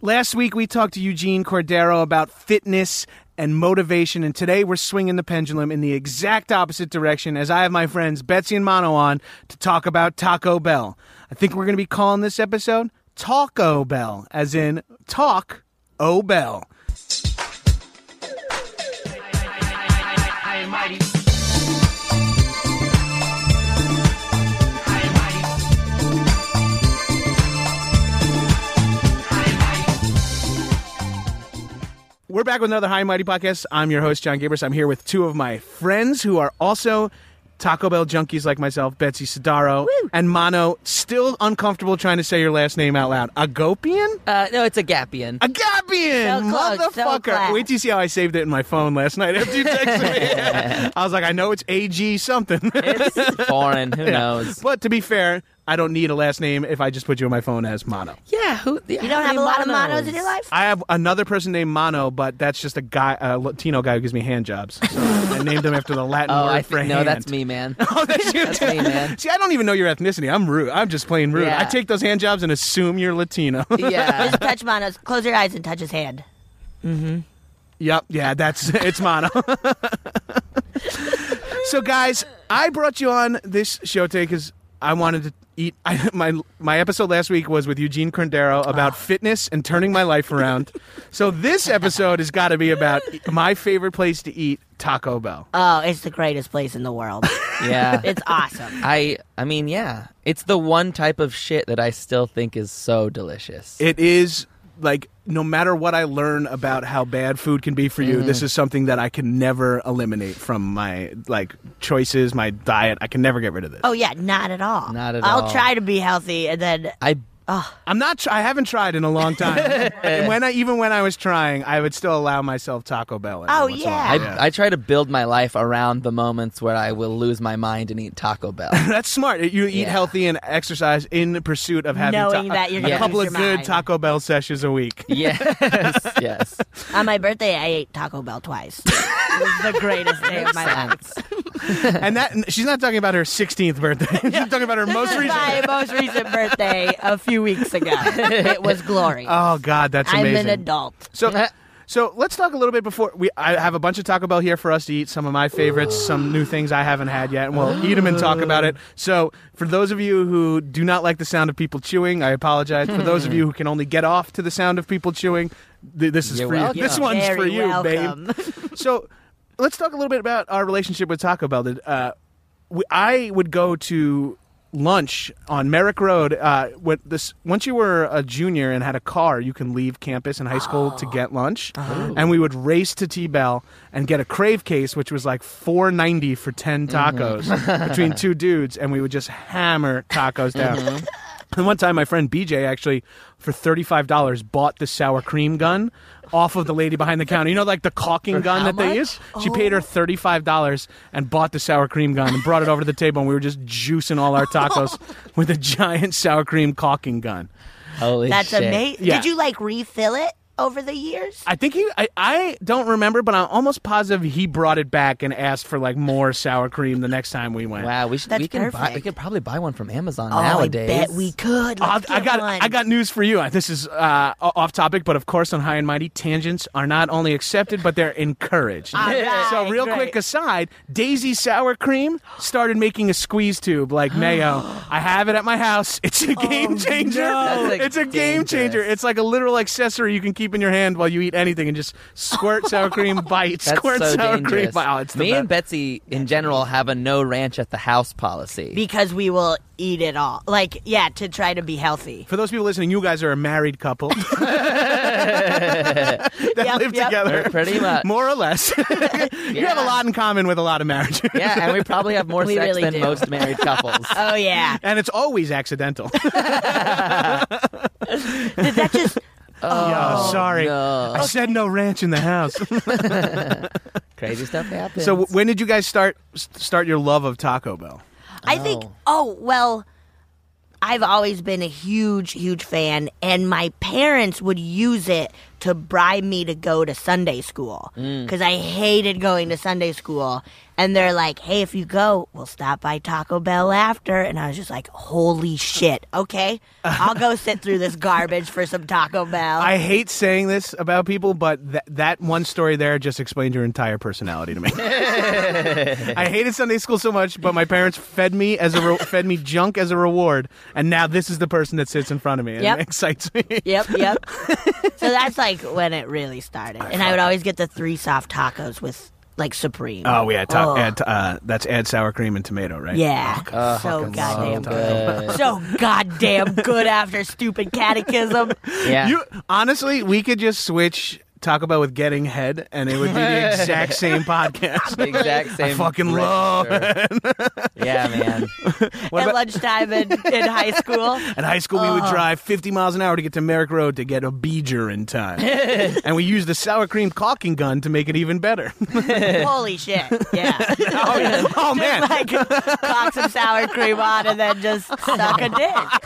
Last week, we talked to Eugene Cordero about fitness and motivation, and today we're swinging the pendulum in the exact opposite direction as I have my friends Betsy and Mono on to talk about Taco Bell. I think we're going to be calling this episode Taco Bell, as in Talk O Bell. We're back with another High and Mighty podcast. I'm your host, John Gabers. I'm here with two of my friends who are also Taco Bell junkies like myself, Betsy Sidaro and Mono. Still uncomfortable trying to say your last name out loud. Agopian? Uh, no, it's a Gapian. Agapian! So close, so motherfucker! close. Wait till you see how I saved it in my phone last night after you texted me. I was like, I know it's AG something. It's foreign. Who knows? but to be fair, I don't need a last name if I just put you in my phone as Mono. Yeah. Who? You don't have a lot of monos in your life? I have another person named Mono, but that's just a guy, a Latino guy who gives me hand jobs. So I named him after the Latin Oh, word I for think, hand. no, that's me, man. Oh, that's you. That's too. me, man. See, I don't even know your ethnicity. I'm rude. I'm just plain rude. Yeah. I take those hand jobs and assume you're Latino. Yeah. Just touch Manos. Close your eyes and touch his hand. Yep, yeah, that's it's mono. so, guys, I brought you on this show today because I wanted to eat. I, my my episode last week was with Eugene Cordero about fitness and turning my life around. so this episode has got to be about my favorite place to eat Taco Bell. Oh, it's the greatest place in the world. yeah. It's awesome. I. I mean, yeah. It's the one type of shit that I still think is so delicious. It is like no matter what I learn about how bad food can be for you, this is something that I can never eliminate from my like choices, my diet. I can never get rid of this. Oh yeah, not at all. Not at I'll all. try to be healthy, and then I. Oh. I'm not. Tr- I haven't tried in a long time. And when I even when I was trying, I would still allow myself Taco Bell. every Oh, once in a while. I, yeah. I try to build my life around the moments where I will lose my mind and eat Taco Bell. that's smart. You eat Yeah. healthy and exercise in the pursuit of having Knowing ta- that you're a gonna couple lose of your good mind. Taco Bell sessions a week. yes, yes. on my birthday I ate Taco Bell twice. it was the greatest day of my life. and that she's not talking about her 16th birthday. she's talking about her most recent. my most recent birthday a few weeks ago. It was glory. Oh God, that's I'm amazing. an adult. So, so let's talk a little bit before we. I have a bunch of Taco Bell here for us to eat. Some of my favorites, some new things I haven't had yet, and we'll eat them and talk about it. So, for those of you who do not like the sound of people chewing, I apologize. For those of you who can only get off to the sound of people chewing, th- this is You're for you. This welcome. one's Very for you, welcome. babe. So, let's talk a little bit about our relationship with Taco Bell. That, Uh, we, I would go to lunch on Merrick Road. Uh, with this, once you were a junior and had a car, you can leave campus and high school to get lunch, and we would race to T Bell and get a crave case, which was like four ninety Mm-hmm. for ten tacos between two dudes, and we would just hammer tacos down. And one time, my friend BJ actually, for thirty-five dollars, bought the sour cream gun off of the lady behind the counter. You know, like the caulking gun that they use. She paid her thirty-five dollars and bought the sour cream gun and brought it over to the table, and we were just juicing all our tacos with a giant sour cream caulking gun. Holy That's shit. amazing. Yeah. Did you like refill it over the years? I think he. I, I don't remember, but I'm almost positive he brought it back and asked for like more sour cream the next time we went. Wow, we should. That's we can buy. We perfect. could probably buy one from Amazon Oh, nowadays. I bet we could. I'll- Let's I get got one. I got news for you. This is uh, o- off topic, but of course, on High and Mighty, tangents are not only accepted but they're encouraged. All right, so, real great. quick aside, Daisy sour cream started making a squeeze tube like mayo. I have it at my house. It's a game changer. Oh, That's, like, it's a game dangerous. changer. It's like a literal accessory you can keep in your hand while you eat anything and just squirt sour cream bite. That's squirt so sour cream. dangerous. bite. Oh, it's the Me best. and Betsy in general have a no ranch at the house policy. because we will eat it all. Like, yeah, to try to be healthy. For those people listening, you guys are a married couple that Yep, live yep. together. Pre- pretty much. More or less. You have a lot in common with a lot of marriages. yeah, and we probably have more We sex really than do. most married couples. Oh yeah. And it's always accidental. Did that just oh, sorry. no. I said no ranch in the house. Crazy stuff happens. so w- when did you guys start s- start your love of Taco Bell? I think oh well I've always been a huge huge fan and my parents would use it to bribe me to go to Sunday school cuz I hated going to Sunday school and they're like hey if you go we'll stop by Taco Bell after and I was just like holy shit okay I'll go sit through this garbage for some Taco Bell I hate saying this about people, but th- that one story there just explained your entire personality to me. I hated Sunday school so much, but my parents fed me as a re- fed me junk as a reward, and now this is the person that sits in front of me and Yep. excites me. Yep, yep. so that's like when it really started. And I would always get the three soft tacos with like supreme. Oh yeah, ta- Oh. add, uh, that's add sour cream and tomato, right? Yeah. Oh, so fucking goddamn so good. good. So goddamn good after stupid catechism. yeah. You honestly, we could just switch Taco Bell with getting head, and it would be the exact same podcast. the exact I same. fucking love register. yeah, man. At about- lunchtime in, in high school. At high school, we would Uh-huh. drive 50 miles an hour to get to Merrick Road to get a beeger in time, and we used the sour cream caulking gun to make it even better. Holy shit. Yeah. oh, yeah. Oh, man, like cock some sour cream on and then just suck a dick.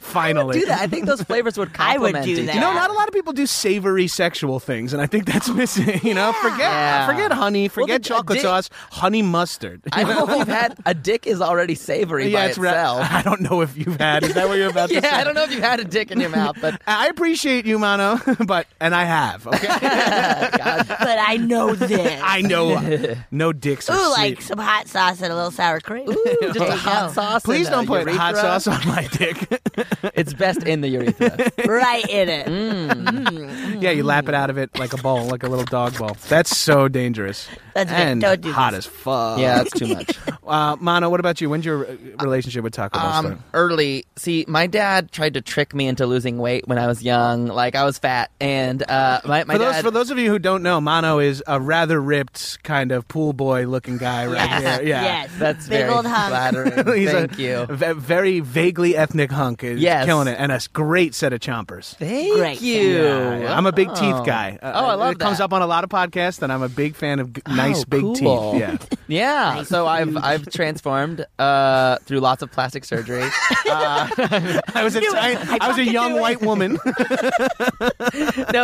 finally. Do that. I think those flavors would I would complement do each that. You know, other. not a lot of people do savory sexual things, and I think that's missing. You know, forget uh, Yeah. forget honey, Well, forget the- chocolate di- sauce, honey mustard. I don't know if you've had a dick is already savory by ra- itself. I don't know if you've had. Is that what you're about to say? yeah, I don't know if you've had a dick in your mouth, but I appreciate you, Mano, but and I have. Okay, But I know this. I know uh, no dicks. Are Ooh, sweet. like some hot sauce and a little sour cream. Ooh, just There a you hot go. sauce. Please uh, and a don't put hot urethra. sauce on my dick. It's best in the urethra. right in it. Mm. Mm. yeah, you lap it out of it like a ball, like a little dog ball. That's so dangerous. That's bad. and Don't do hot this. as fuck. yeah, that's too much. Uh, Mano, what about you? When's your uh, relationship with Taco Bell start? Um, early. See, my dad tried to trick me into losing weight when I was young. Like I was fat, and uh, my my For those, dad. for those of you who don't know, Mano is a rather ripped kind of pool boy looking guy right Yes. there. Yeah. Yes. that's Big very old hunk. flattering. He's Thank a you. ve- very vaguely ethnic hunk. Is Yes. Killing it. And a s- great set of chompers. Thank Great. you. Yeah, yeah. I'm a big teeth guy. Uh, Oh, I love it. comes that. up Oh, on a lot of podcasts, and I'm a big fan of g- nice big cool. teeth. Yeah. Yeah. so I've I've transformed uh, through lots of plastic surgery. uh, I was a I- I was a young white woman. no,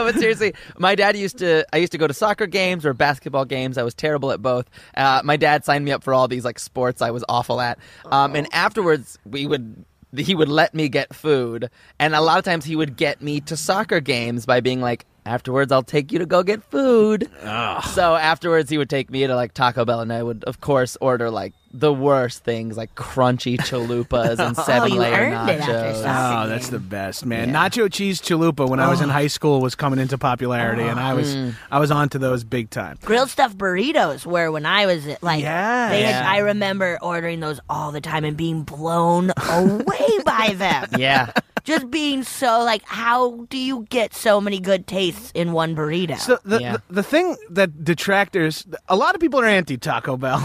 but seriously, my dad used to. I used to go to soccer games or basketball games. I was terrible at both. Uh, my dad signed me up for all these like sports I was awful at. Um, and afterwards, we would. He would let me get food, and a lot of times he would get me to soccer games by being like, "Afterwards, I'll take you to go get food." So afterwards, he would take me to like Taco Bell, and I would, of course, order like the worst things, like crunchy chalupas and seven Oh, you layer earned it after nachos. soccer. Oh, that's the best, man! Nacho cheese chalupa when I Oh. was in high school was coming into popularity, and I was Mm. I was onto those big time. grilled stuffed burritos were when I was like Yeah. they had, Yeah. I remember ordering those all the time and being blown away by them. yeah, Just being so like how do you get so many good tastes in one burrito? So the, Yeah. the the thing that detractors, a lot of people are anti Taco Bell.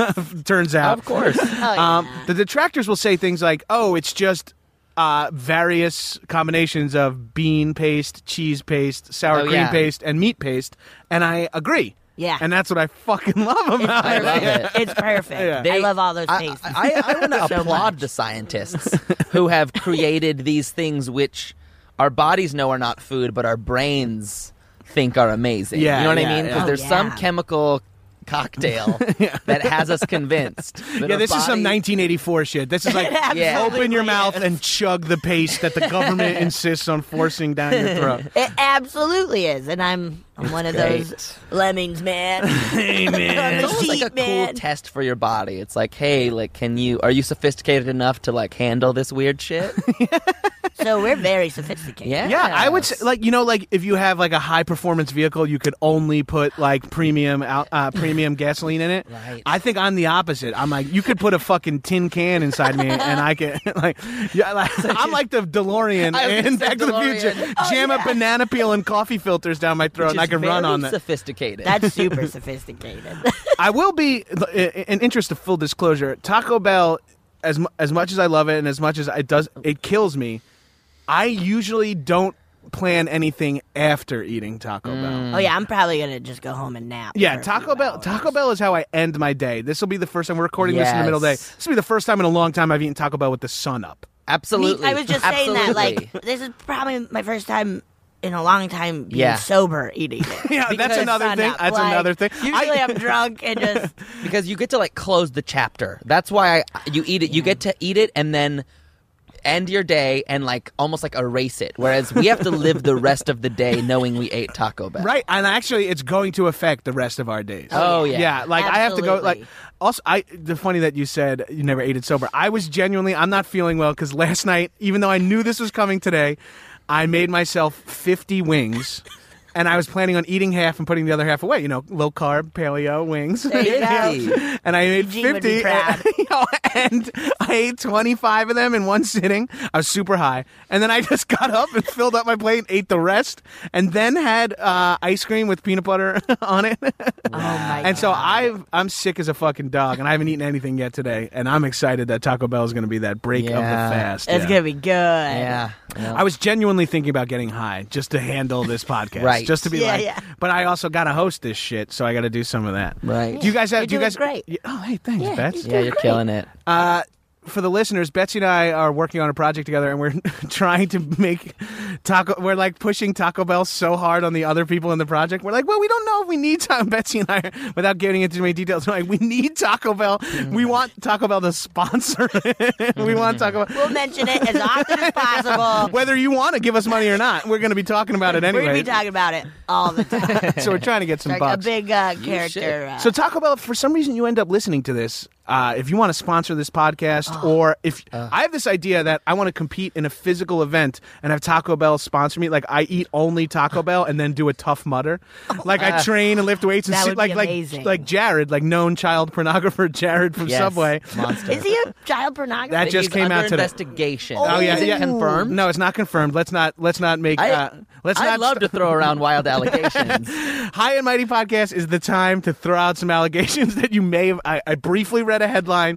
turns out, of course. Um, the detractors will say things like, "Oh, it's just uh, various combinations of bean paste, cheese paste, sour Oh, cream yeah. paste, and meat paste, and I agree. Yeah. and that's what I fucking love about I it. love it. It's perfect. I They- love all those I, pastes. I, I want to So applaud much. the scientists who have created these things which our bodies know are not food, but our brains think are amazing. Yeah, you know what yeah, I mean? Because yeah. there's Oh, some yeah. cocktail cocktail that has us convinced. that Yeah, our this is some bodies- 1984 shit. This is like Yeah. open your mouth and chug the paste that the government insists on forcing down your throat. It absolutely is, and I'm I'm one of those lemmings, man. Hey man, It's I'm a almost like a sheep, man. cool test for your body. It's like, hey, like, can you are you sophisticated enough to like handle this weird shit? So we're very sophisticated. Yeah, Yeah, I would say, like you know like if you have like a high performance vehicle, you could only put like premium out, uh, premium gasoline in it. Right. I think I'm the opposite. I'm like you could put a fucking tin can inside me, and I can like yeah, like, I'm like the DeLorean I was gonna in say Back to the DeLorean. Oh, Future. Jam a banana peel and coffee filters down my throat, Which and I is can run very on that. Sophisticated. That's super sophisticated. I will be in interest of full disclosure. Taco Bell, as mu- as much as I love it and as much as it does, it kills me. I usually don't plan anything after eating Taco Bell. oh yeah, I'm probably gonna just go home and nap. Yeah, for a Taco few Bell. hours. Taco Bell is how I end my day. This will be the first time we're recording this in the middle of the day. Yes. This will be the first time in a long time I've eaten Taco Bell with the sun up. Me- absolutely. I was just saying that. Absolutely. Like, this is probably my first time in a long time being Yeah. sober eating it. Yeah, Because- that's another Sun thing. up. That's Like, another thing. Usually I, I'm drunk and just because you get to like close the chapter. That's why I, you eat it. You get to eat it and then end your day and like almost like erase it. Whereas we have to live the rest of the day knowing we ate Taco Bell. right, and actually, it's going to affect the rest of our days. Oh yeah. yeah. like I have to go. Like Absolutely. also, I the funny that you said you never ate it sober. I was genuinely I'm not feeling well because last night, even though I knew this was coming today, I made myself 50 wings. And I was planning on eating half and putting the other half away, you know, low carb paleo wings. you go. and I made Eugene would 50. be proud. you know, and I ate 25 of them in one sitting. I was super high. And then I just got up and filled up my plate and ate the rest. And then had uh, ice cream with peanut butter on it. Oh my And so I've I'm sick as a fucking dog, and I haven't eaten anything yet today. And I'm excited that Taco Bell is going to be that break of the Yeah. fast. it's Yeah. gonna be good. Yeah. Yeah. I was genuinely thinking about getting high just to handle this podcast, Right. Just to be Yeah, like, yeah. but I also got to host this shit, so I got to do some of that. Right. Do you guys have? You're do you doing guys great. Yeah. Oh, hey, thanks, Bets. yeah, you're killing it. Uh, for the listeners, Betsy and I are working on a project together, and we're trying to make Taco. We're like pushing Taco Bell so hard on the other people in the project. We're like, well, we don't know if we need Taco. Betsy and I, are- without getting into too many details, we're like, we need Taco Bell. We want Taco Bell to sponsor it. we want Taco Bell. We'll mention it as often as possible. Whether you want to give us money or not, we're going to be talking about it We're anyway. gonna be talking about it all the time. so we're trying to get some like a bucks. big uh, should. character. Uh, So Taco Bell, if for some reason you end up listening to this. Uh, if you want to sponsor this podcast, Oh. or if Uh. I have this idea that I want to compete in a physical event and have Taco Bell sponsor me, like I eat only Taco Bell and then do a tough mutter, Oh, like uh, I train and lift weights and That see, would like be amazing. like like Jared, like known child pornographer Jared from Yes. Subway. Monster. is he a child pornographer? That just He's came under out today. Investigation. Oh yeah, Is it yeah. confirmed? No, it's not confirmed. Let's not let's not make I, uh, let's I not love to throw around wild allegations. High and Mighty podcast is the time to throw out some allegations that you may have. I, I briefly read a headline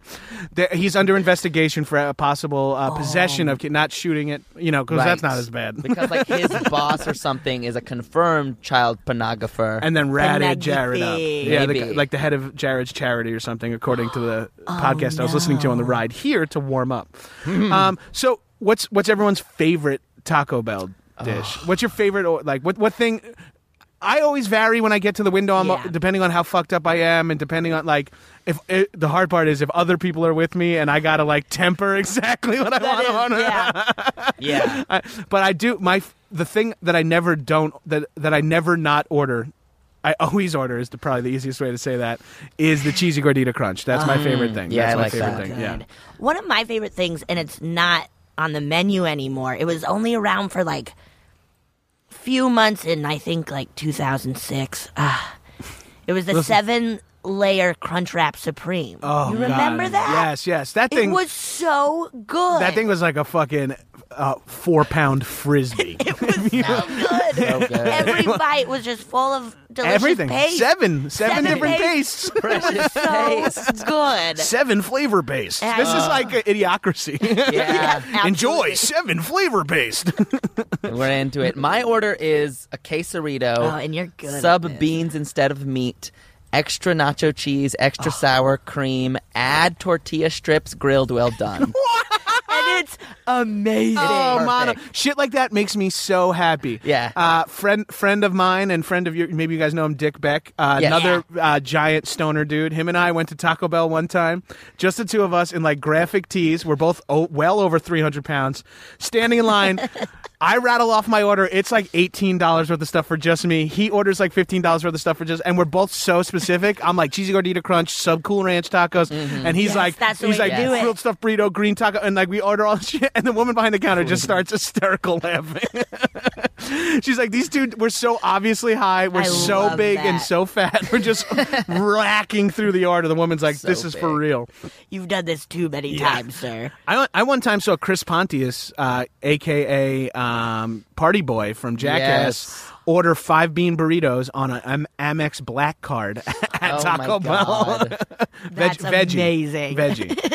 that he's under investigation for a possible uh, possession of, ki- not shooting it, you know, because that's Right. not as bad. because like his boss or something is a confirmed child pornographer. and then ratted Pornography. Jared up. Yeah, the, Maybe. like the head of Jared's charity or something, according to the Oh, podcast I was listening to on the ride here to warm up. um, so, what's what's everyone's favorite Taco Bell dish? What's your favorite? Or, like, what what thing? I always vary when I get to the window, I'm, Yeah. depending on how fucked up I am, and depending on like if it, the hard part is if other people are with me, and I gotta like temper exactly what I That want on. is- yeah. yeah, I, but I do my f- the thing that I never don't that that I never not order. I always order is the, probably the easiest way to say that is the cheesy gordita crunch. That's my favorite thing. yeah, That's I my like favorite that. thing. Yeah. Good. One of my favorite things, and it's not on the menu anymore. It was only around for like few months in I think like 2006. Ah, it was the seven layer crunch wrap supreme. Oh, you remember God. that? Yes, yes. That It thing was so good. that thing was like a fucking uh, four pound frisbee. It was so good. So good. Every bite was just full of delicious Everything. paste. Seven. Seven Seven different pastes. pastes. Precious taste. So good. Seven flavor based. Yeah. This is like a idiocracy. Yeah. Enjoy absolutely. seven flavor based. We're into it. My order is a quesarito. Oh, and you're good at Sub this. beans instead of meat. Extra nacho cheese, extra Oh. sour cream, add tortilla strips, grilled well done. And it's amazing. Oh, Mono. Perfect. Shit like that makes me so happy. Yeah. Uh, friend, friend of mine and friend of your, maybe you guys know him, Dick Beck, uh, Yes. another uh, giant stoner dude. Him and I went to Taco Bell one time, just the two of us in like graphic tees. We're both o- well over 300 pounds, standing in line. I rattle off my order. It's like $18 worth of stuff for just me. He orders like $15 worth of stuff for just, and we're both so specific. I'm like cheesy gordita crunch, sub cool ranch tacos. Mm-hmm. And he's Yes, like, that's the he's way like, to do it. grilled stuffed burrito, green taco, and like we order all this shit, and the woman behind the counter just starts hysterical laughing. She's like, "These two were so obviously high, we're I so love big and that. so fat, we're just racking through the order." The woman's like, So "This is for big. real." You've done this too many times, sir. I I one time saw Chris Pontius, uh, aka um, Party Boy from Jackass, Yes. order five bean burritos on an Amex Black Card at Oh Taco my Bell. God. Veg- That's veggie. amazing.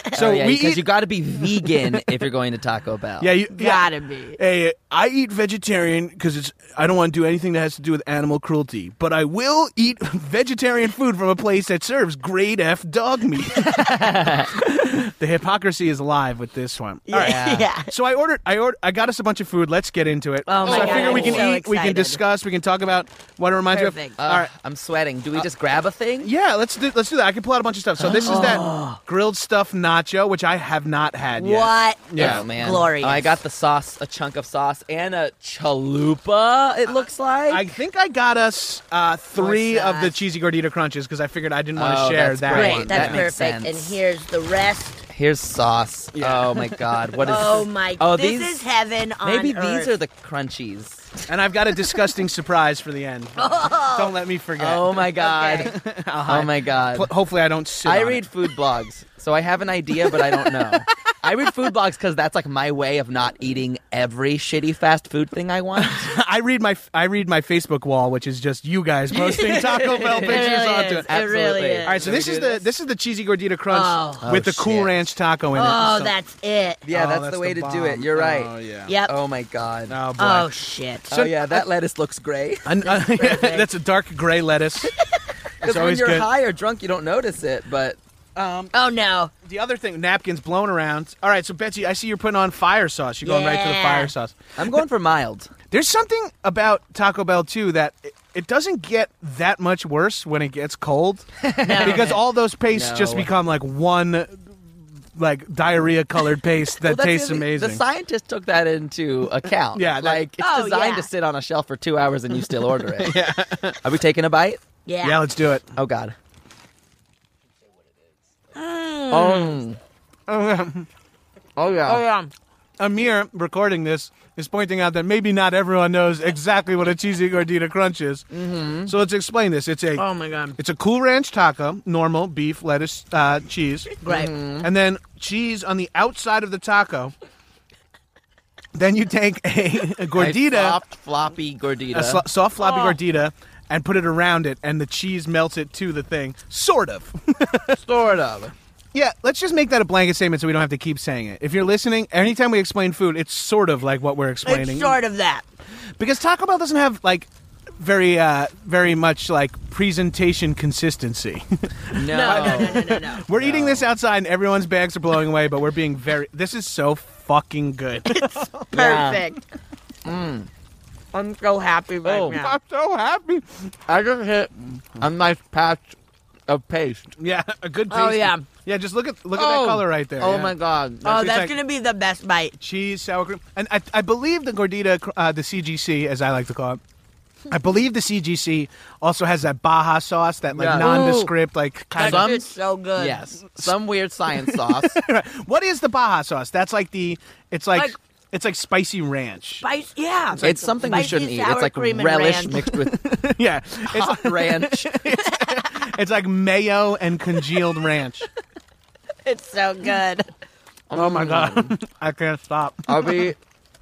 Veggie. So Oh, So we eat because Oh, you got to be vegan if you're going to Taco Bell. Yeah, you Gotta yeah. be. Hey, I eat vegetarian because it's I don't want to do anything that has to do with animal cruelty, but I will eat vegetarian food from a place that serves grade F dog meat. the hypocrisy is alive with this one. All right. Yeah. yeah. So I ordered. I ordered. I got us a bunch of food. Let's get into it. Oh my so I God, figure we I'm can so eat. We can excited. discuss. We can talk about what it reminds you Perfect. of. All right. I'm sweating. Uh, Do we just grab a thing? Yeah, let's do let's do that. I can pull out a bunch of stuff. So this is that grilled stuff nacho, which I have not had yet. Oh. What? Yeah. Oh, man. Glorious. I got the sauce, a chunk of sauce, and a chalupa. It looks like. I think I got us uh, three of the sauce. cheesy gordita crunches because I figured I didn't want to Oh, share that's that great. one. Great. That That's makes perfect. sense. And here's the rest. Here's sauce. Oh my god. What is? Oh my! Oh, this these is heaven on Maybe earth. these are the crunchies. and I've got a disgusting surprise for the end. Don't let me forget. Oh my god. oh my god. Pl- Hopefully, I don't sit. I on read it. food blogs, so I have an idea, but I don't know. I read food blogs because that's like my way of not eating every shitty fast food thing I want. I read my. I read my Facebook wall, which is just you guys posting Taco Bell It pictures really onto is. it. It really Absolutely. is. All right, so Can we this is do the this is the cheesy gordita crunch Oh. with Oh, the Cool shit. Ranch taco in it. Oh, So- that's it. Yeah, Oh, that's, the way to do it. bomb. You're right. Oh yeah. Yep. Oh my god. Oh boy. Oh shit. oh yeah, that lettuce looks great. An- that's a dark gray lettuce. Because when always you're good. high or drunk, you don't notice it. But Oh no. The other thing, napkins blown around. All right, so Betsy, I see you're putting on fire sauce. You're going right to the Yeah. fire sauce. I'm going for mild. There's something about Taco Bell too that it, it doesn't get that much worse when it gets cold, because all those pastes just No. become like one, like diarrhea colored paste that Well, that's tastes the other- amazing. The scientist took that into account. Yeah, that- like it's Oh, designed to yeah. sit on a shelf for two hours and you still order it. yeah. Are we taking a bite? Yeah. yeah, let's do it. Oh God. Hmm. Oh. Oh yeah. Oh yeah. Amir recording this is pointing out that maybe not everyone knows exactly what a cheesy gordita crunch is. Mm-hmm. So let's explain this. It's a Oh my god. It's a cool ranch taco, normal beef, lettuce, uh, cheese, Right. Mm-hmm. and then cheese on the outside of the taco. Then you take a, a A gordita, soft floppy gordita. a sl- soft floppy Oh. gordita, and put it around it, and the cheese melts it to the thing. Sort of. sort of. yeah, let's just make that a blanket statement so we don't have to keep saying it. If you're listening, anytime we explain food, it's sort of like what we're explaining. It's sort of that. because Taco Bell doesn't have like very uh very much like presentation consistency. No. No, no, no, no, no, no. We're eating this outside and everyone's bags are blowing away, but we're being very. This is so fucking good. Yeah. Mm. Perfect. I'm so happy right Oh. now. so happy. I just hit a nice patch of paste. Yeah, a good taste. Oh, yeah. Yeah, just look at look at that color right there. Oh yeah. my god. Oh, it's that's like- gonna be the best bite. Cheese, sour cream, and I, I believe the gordita, cr- uh, the CGC, as I like to call it. I believe the CGC also has that Baja sauce, that like Yeah. Ooh. nondescript, like kind Some- It's so good. yes. Some weird science sauce. of. What is the Baja sauce? That's like the. It's like, Like- it's like spicy ranch. Spice. Yeah. it's something we Spicy shouldn't eat. sour It's like cream and relish ranch. mixed with yeah, it's ranch. it's like mayo and congealed ranch. It's so good. Oh my god, I can't stop. Uh, I'll be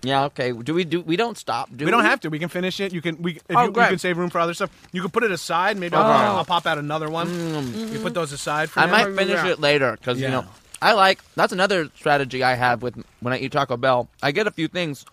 Yeah. Okay. Do we do? We don't stop. Do we, We don't have to. We can finish it. You can we if Oh, you, you great. Oh. can save room for other stuff. You can put it aside. Maybe I'll, I'll pop out another one. You put those aside for Mm. I now. might finish it later because you Yeah. know I like. That's another strategy I have with when I eat Taco Bell. I get a few things.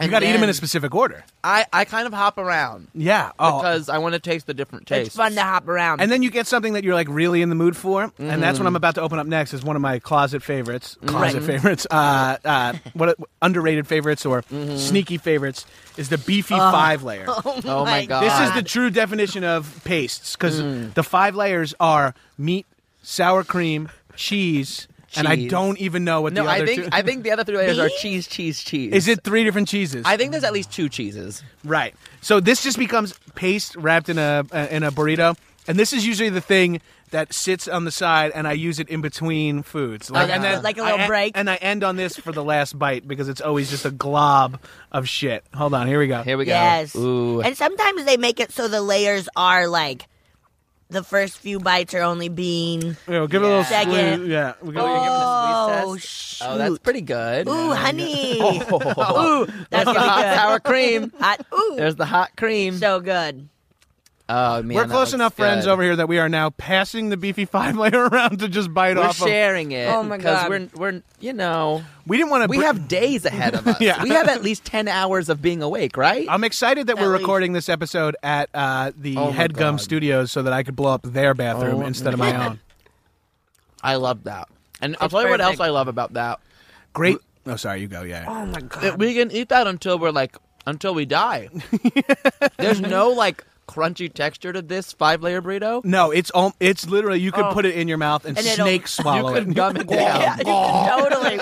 You and got to eat them in then a specific order. I I kind of hop around Yeah. Oh. because I want to taste the different tastes. It's fun to hop around. and then you get something that you're like really in the mood for, and that's Mm. what I'm about to open up next. Is one of my closet favorites, closet favorites, uh, uh, what underrated favorites or Mm-hmm. sneaky favorites is the beefy five layer. Oh my god! This is the true definition of pastes because Mm. the five layers are meat, sour cream, cheese, and I Cheese. don't even know what no. the other I think two. I think the other three layers are Beef? cheese, cheese, cheese. is it three different cheeses? I think there's at least two cheeses. Right. So this just becomes paste wrapped in a uh, in a burrito, and this is usually the thing that sits on the side, and I use it in between foods, Like and a- like a little I en- break? and I end on this for the last bite because it's always just a glob of shit. Hold on, here we go. Here we go. yes. Ooh. And sometimes they make it so the layers are like the first few bites are only bean. Here, give it a little Second. squeeze. Yeah. We Oh, gotta- you're giving a Oh, squeeze test? Oh, that's shoot. pretty good. Ooh, honey. Oh. Ooh, that's really hot good. sour cream. Hot. Ooh, There's the hot cream. so good. oh man, We're that close looks enough friends good. over here that we are now passing the beefy five layer around to just bite We're off. of- sharing it. Oh my 'cause God. We're we're you know we didn't want to. we have days ahead of us. Yeah. We have at least ten hours of being awake, right? I'm excited that At we're least. recording this episode at uh, the Oh my Headgum God. Studios so that I could blow up their bathroom Oh instead of my my God. own. I love that. And I'll It's tell you what else perfect. I love about that. Great. Oh, sorry, you go. Yeah. Oh my that god. we can eat that until we're like until we die. There's no like crunchy texture to this five layer burrito. No, it's um, it's literally you could put it in your mouth and, And it'll- snake swallow Oh. You could it. gum it down. Yeah, Oh. totally.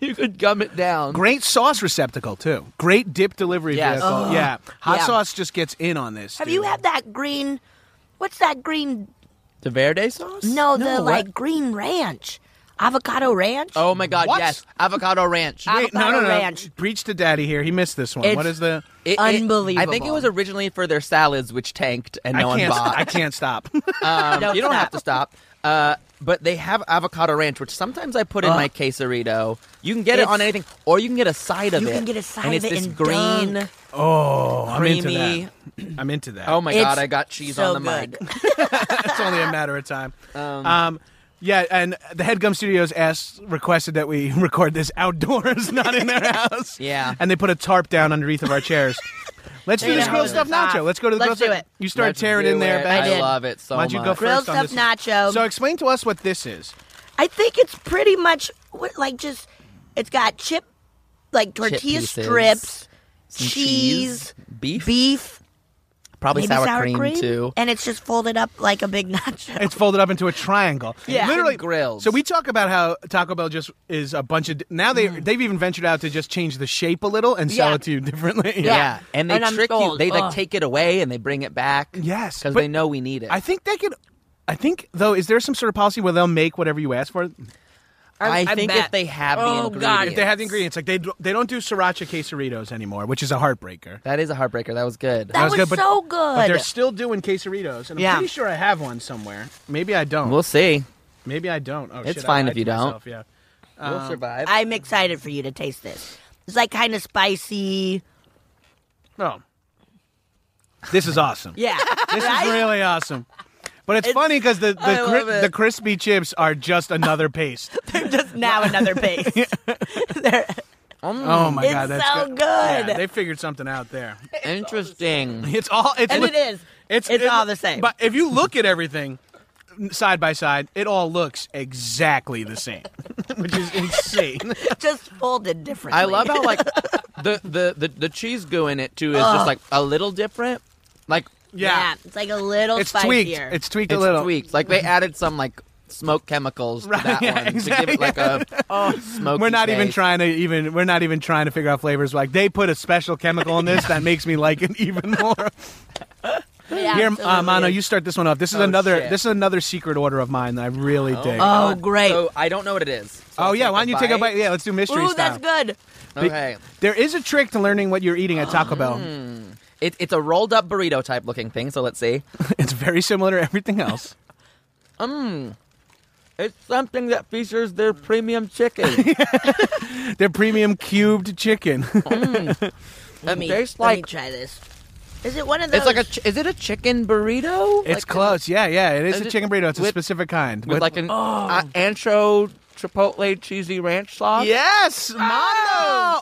You could gum it down. Great sauce receptacle too. Great dip delivery Yes. vehicle. Yeah, hot Yeah. sauce just gets in on this. Have dude. you had that green? What's that green? The verde sauce? No, the No, what? like green ranch, avocado ranch. Oh my god, What? yes. Avocado ranch. I- Wait, no, no, no. avocado ranch? Breach to daddy here. He missed this one. It's- what is the? It- it- I think it Unbelievable. was originally for their salads which tanked and no I can't. one bought. I can't stop. Um, Don't you don't stop. have to stop. Uh, but they have avocado ranch, which sometimes I put in my quesarito. You can get it It's- on anything, or you can get a side of You it. can get a side and of it's it this and green. dunk. oh, I'm Creamy. into that. I'm into that. Oh my It's god, I got cheese so on the mic. good. it's only a matter of time. Um, yeah, and the Headgum Studios asked requested that we record this outdoors, not in their house. Yeah. and they put a tarp down underneath of our chairs. Let's do They this know grilled it's stuffed off. nacho. Let's go to the Let's grilled do stuff- it. You start Let's tearing do in there. it. Back. I did. love it so Why'd you go first much. Grilled on stuffed this? nacho. So explain to us what this is. I think it's pretty much what, like just it's got chip, like tortilla pieces, strips, Some cheese, beef, beef, probably maybe sour, cream, too. and it's just folded up like a big nacho. It's folded up into a triangle. Yeah. literally Grilled. So we talk about how Taco Bell just is a bunch of. Now they they've even ventured out to just change the shape a little and sell Yeah. it to you differently. Yeah. Yeah. and they And I'm trick you. sold. They like Ugh. take it away and they bring it back. Yes, because but- they know we need it. I think they could. I think though, is there some sort of policy where they'll make whatever you ask for? I I think bet. if they have the Oh, ingredients, God. If they have the ingredients, like they d- they don't do sriracha quesaritos anymore, which is a heartbreaker. that is a heartbreaker. That was good. That was so But they're good. still doing quesaritos, and I'm Yeah. pretty sure I have one somewhere. Maybe I don't. we'll see. Maybe I don't. Oh, It's shit, I fine lied if you to don't. myself, Yeah. Um, we'll survive. I'm excited for you to taste this. It's like kind of spicy. Oh. This is awesome. Yeah. This is really awesome. But it's, funny 'cause funny because I the the, love it. the crispy chips are just another paste. just now another pace. They're- oh my It's god, that's so good. good. Yeah, they figured something out there. Interesting. It's all it's and li- it is. It's, all the same. But if you look at everything side by side, it all looks exactly the same, which is insane. just folded differently. I love how like the, the the the cheese goo in it too is just like a little different. Like Yeah. It's like a little It's spicier. tweaked. It's tweaked it's a little. tweaked. Like they added some like smoke chemicals Right, to that yeah, one to give exactly. Oh, it like a smoky. We're not even taste. trying to even we're not even trying to figure out flavors. Like they put a special chemical in this that makes me like it even more. It Here, uh, absolutely Mano, is. you start this one off. This is Oh, another shit. this is another secret order of mine that I really dig. Oh, Oh, great. So I don't know what it is. So I'll yeah, why don't you take a bite? Yeah, let's do mystery Ooh, style. that's good. Okay. There is a trick to learning what you're eating at Taco Bell. It, it's a rolled up burrito type looking thing, so let's see. It's very similar to everything else. It's something that features their premium chicken. Their premium cubed chicken. It Let me, tastes let me like try this. Is it one of those? it's like a ch- is it a chicken burrito? it's Like, close. Yeah, yeah. It is Is a it chicken burrito. It's a with- specific kind. with like an uh, ancho chipotle cheesy ranch sauce. yes, mano.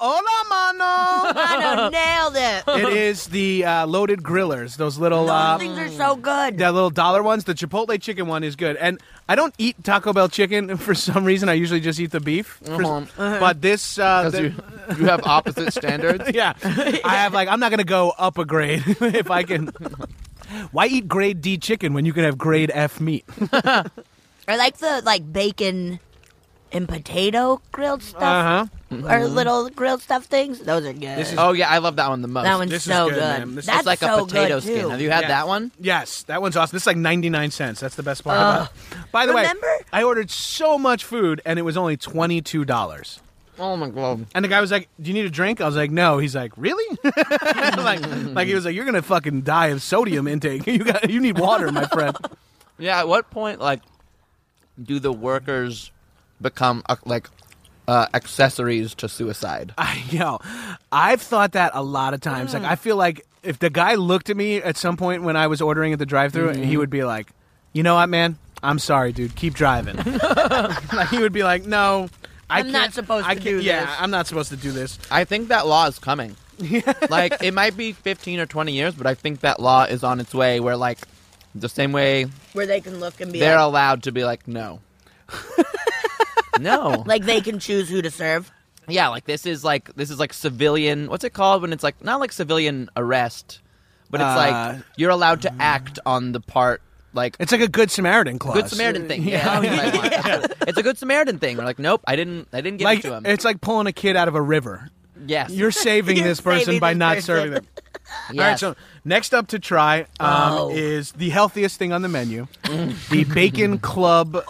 Hola, Mano nailed it. mano. it is the uh, loaded grillers. Those little. uh, Those things are so good. that little dollar ones, the Chipotle chicken one is good. And I don't eat Taco Bell chicken for some reason. I usually just eat the beef. For- Uh-huh. But this, uh, 'Cause the- you, you have opposite standards. yeah, I have like I'm not gonna go up a grade if I can. Why eat grade D chicken when you can have grade F meat? I like the like bacon and potato grilled stuff Uh-huh. or Mm-hmm. little grilled stuff things. Those are good. This is- Oh yeah, I love that one the most. that one's this is so good, good. man. This is That's it's like so a potato good, skin. Too. Have you had Yes. that one? Yes, that one's awesome. This is like 99 cents. That's the best part. about it. By the remember? way, I ordered so much food and it was only $22. Oh my god. And the guy was like, "Do you need a drink?" I was like, "No." He's like, "Really?" like, like he was like, "You're gonna fucking die of sodium intake. You got, you need water, my friend." Yeah. At what point, like, do the workers become uh, like uh, accessories to suicide? I, yo, I've thought that a lot of times. Like, I feel like if the guy looked at me at some point when I was ordering at the drive-through, he would be like, "You know what, man? I'm sorry, dude. Keep driving." like, he would be like, "No." I I'm not can't- supposed I to can't- do yeah, this." I'm not supposed to do this. I think that law is coming. like it might be 15 or 20 years, but I think that law is on its way. Where like the same way Where they can look and be they're like, allowed to be like no. no. like they can choose who to serve. Yeah, like this is like this is like civilian. What's it called when it's like not like civilian arrest, but it's Uh, like you're allowed to act on the part like It's like a good Samaritan clause. good Samaritan thing. Yeah, that's what I want. it's a good Samaritan thing. We're like, nope, I didn't, I didn't give Like it to him. it's like pulling a kid out of a river. yes, You're saving You're this person saving by this not person. serving them. All right, yes. so next up to try um, Oh. is the healthiest thing on the menu, Mm. the Bacon Club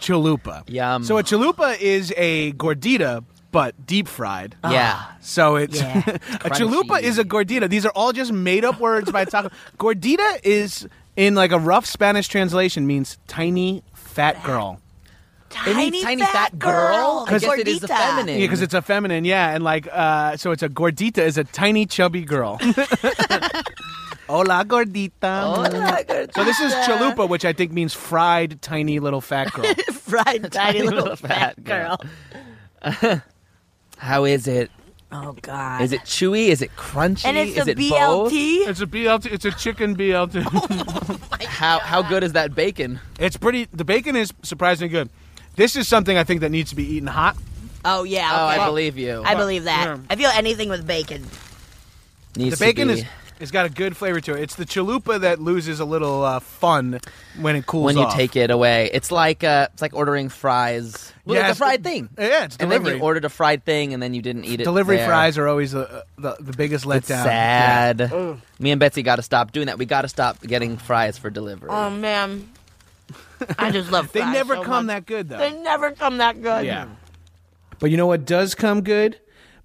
Chalupa. Yum. So a chalupa is a gordita, but deep fried. Ah. yeah, So it's Yeah. a chalupa is a gordita. These are all just made up words by taco. gordita is in like a rough Spanish translation means tiny fat girl. Tiny, means tiny fat girl. I Like guess it is the gordita. feminine. Yeah, because it's a feminine, yeah, and like uh, so it's a gordita is a tiny chubby girl. Hola gordita. Hola, gordita. So this is chalupa, which I think means fried tiny little fat girl. fried tiny little little fat fat girl. how is it? Oh God! Is it chewy? Is it crunchy? And it's is the it both? BLT. it's a BLT. It's a chicken BLT. How how good is that bacon? it's pretty. The bacon is surprisingly good. This is something I think that needs to be eaten hot. Oh yeah. Oh, okay. I believe you. I believe that. Yeah. I feel anything with bacon. The Needs to bacon be- is has got a good flavor to it. It's the chalupa that loses a little uh, fun when it cools when you off. take it away. It's like uh, it's like ordering fries. Well, Yeah, it's a fried thing. Yeah, it's and delivery. then you ordered a fried thing and then you didn't eat it. delivery there. fries are always the uh, the, the biggest letdown. It's sad. Me and Betsy got to stop doing that. We got to stop getting fries for delivery. Oh man, I just love. They fries never so come much. that good though. They never come that good. Yeah. Mm. But you know what does come good?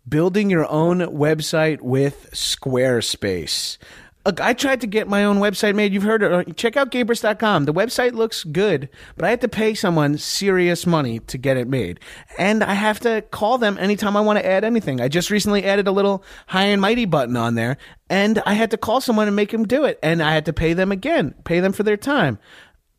Building your own website with Squarespace. Look, I tried to get my own website made. You've heard it. Uh, Check out Gabrus.com. The website looks good, but I had to pay someone serious money to get it made. And I have to call them anytime I want to add anything. I just recently added a little high and mighty button on there, and I had to call someone and make them do it. And I had to pay them again, pay them for their time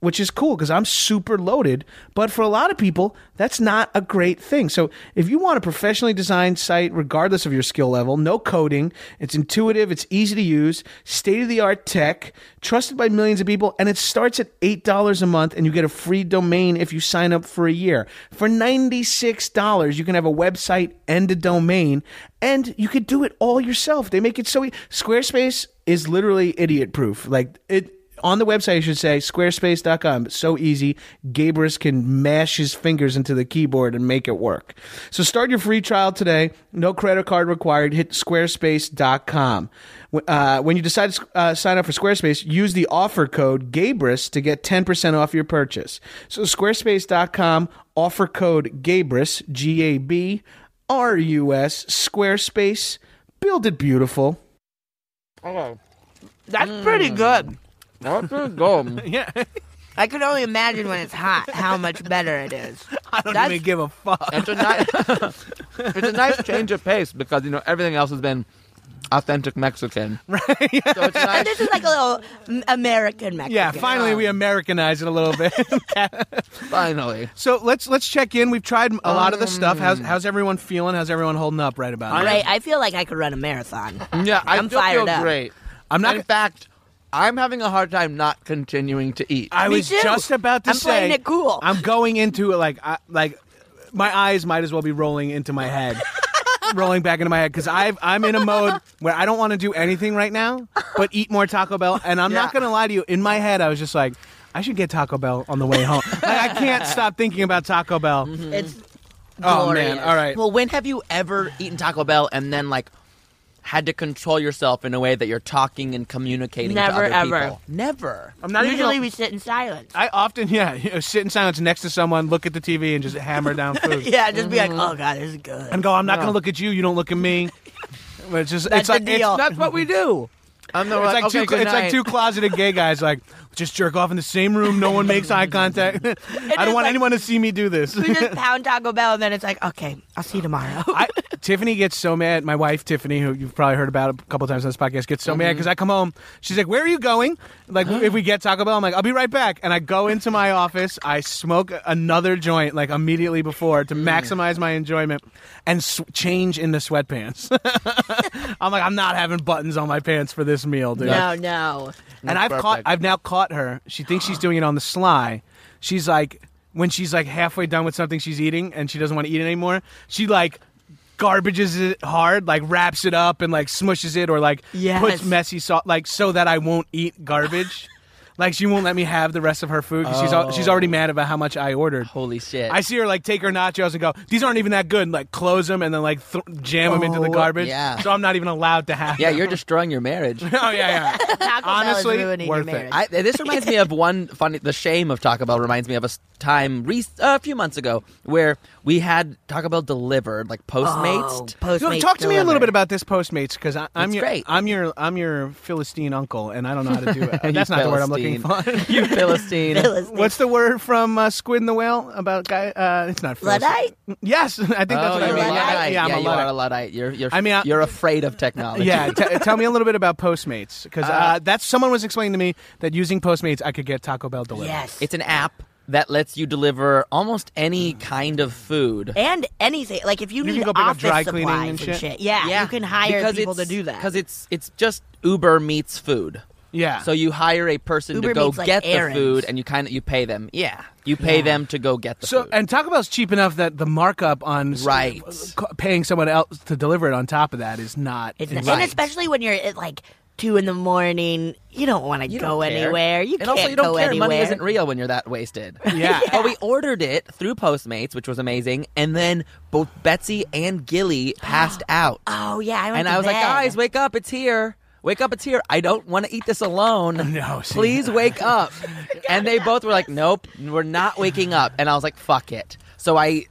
which is cool because I'm super loaded. But for a lot of people, that's not a great thing. So if you want a professionally designed site, regardless of your skill level, no coding, it's intuitive, it's easy to use, state of the art tech, trusted by millions of people, and it starts at $8 a month and you get a free domain if you sign up for a year. For $96, you can have a website and a domain and you could do it all yourself. They make it so e- Squarespace is literally idiot proof. Like it on the website, you should say squarespace.com. So easy. Gabrus can mash his fingers into the keyboard and make it work. So start your free trial today. No credit card required. Hit squarespace.com. Wh- Uh, when you decide to uh, sign up for Squarespace, use the offer code Gabrus to get 10% off your purchase. So squarespace.com, offer code Gabrus, G A B R U S, Squarespace. Build it beautiful. That's pretty good. That's pretty good. Yeah. I can only imagine when it's hot how much better it is. I don't That's- even give a fuck. It's a nice, it's a nice change of pace because you know everything else has been authentic Mexican. Right. So it's And nice. this is like a little m- American Mexican. Yeah, finally we Americanize it a little bit. Finally, so let's let's check in. We've tried a lot of the stuff. How's how's everyone feeling? How's everyone holding up right about it? Um. Right, I feel like I could run a marathon. yeah, I I'm still fired feel up. great. I'm not In gonna- fact, I'm having a hard time not continuing to eat. I Me was too. just about to I'm say playing it cool. I'm going into it like I, like my eyes might as well be rolling into my head. rolling back into my head because I've I'm in a mode where I don't want to do anything right now but eat more Taco Bell and I'm not Yeah. gonna lie to you in my head I was just like I should get Taco Bell on the way home like I can't stop thinking about Taco Bell It's oh man glorious. all right Well, when have you ever eaten Taco Bell and then like had to control yourself in a way that you're talking and communicating Never, to other ever. people? Never. I'm not even usually gonna- we sit in silence. I often yeah you know, sit in silence next to someone look at the TV and just hammer down food yeah, just be like, oh god, this is good. Mm-hmm. and go I'm not gonna look at you you don't look at me but it's just it's the like it's deal. That's what we do. I'm It's like, two, good it's like night." two closeted gay guys like just jerk off in the same room. No one makes eye contact. I is don't want like- anyone to see me do this. we just pound Taco Bell, and then it's like, okay, I'll see you tomorrow. I, Tiffany gets so mad. My wife Tiffany, who you've probably heard about a couple times on this podcast, gets so mad because I come home. She's like, "Where are you going?" Like if we get Taco Bell, I'm like, "I'll be right back." And I go into my office. I smoke another joint like immediately before to maximize my enjoyment and sw- change into sweatpants. I'm like, I'm not having buttons on my pants for this meal, dude. no, no. and I've caught perfect. I've now caught her. She thinks she's doing it on the sly. She's like when she's like halfway done with something she's eating and she doesn't want to eat it anymore, she like garbages it hard, like wraps it up and like smushes it or like Yes. puts messy sauce like so that I won't eat garbage. like she won't let me have the rest of her food 'cause she's al- she's Oh. already mad about how much I ordered. Holy shit. I see her like take her nachos and go, these aren't even that good, and, like close them and then like th- jam them into the Oh, garbage. yeah. So I'm not even allowed to have. yeah, them. you're destroying your marriage. oh yeah, yeah. Taco Honestly, Bell is ruining worth it. your marriage. I, this reminds me of one funny. The shame of Taco Bell reminds me of a s- time re- a few months ago where we had Taco Bell delivered, like Oh, Postmates. Yo, Postmates talk to me a little delivered. bit about this Postmates because I'm It's your great. I'm your I'm your Philistine uncle, and I don't know how to do it. Uh, You That's not the word I'm looking for. Philistine. you Philistine. Philistine. What's the word from uh, Squid and the Whale about guy? Uh, it's not Philistine. Luddite? Yes, I think that's Oh, what I you're mean. a mean. Luddite. Yeah, I'm a you Luddite. are a Luddite. You're, you're, I mean, I- you're afraid of technology. Yeah, t- tell me a little bit about Postmates because uh, Uh, that's someone was explaining to me that using Postmates I could get Taco Bell delivered. Yes. It's an app that lets you deliver almost any kind of food. and anything like if you, can need go pick up office dry supplies cleaning and and shit. shit. Yeah, you can hire because people to it's- do that. Because it's it's just Uber meets food. Yeah. So you hire a person Uber to go meets, like, get the errands. food and you kind of you pay them. Yeah. You pay them to go get the So food. and Taco Bell's cheap enough that the markup on s- Right. co- paying someone else to deliver it on top of that is not. It's insane. not- Right. And especially when you're at like two in the morning, you don't want to You go don't care. anywhere. You and can't also you don't go care. anywhere. Money isn't real when you're that wasted. Yeah. But we ordered it through Postmates, which was amazing, and then both Betsy and Gilly passed out. oh yeah, I went and to I was like, bed. guys, wake up! It's here. Wake up! It's here. I don't want to eat this alone. No, see. please wake up. and they both were like, nope, we're not waking up. And I was like, fuck it. So I.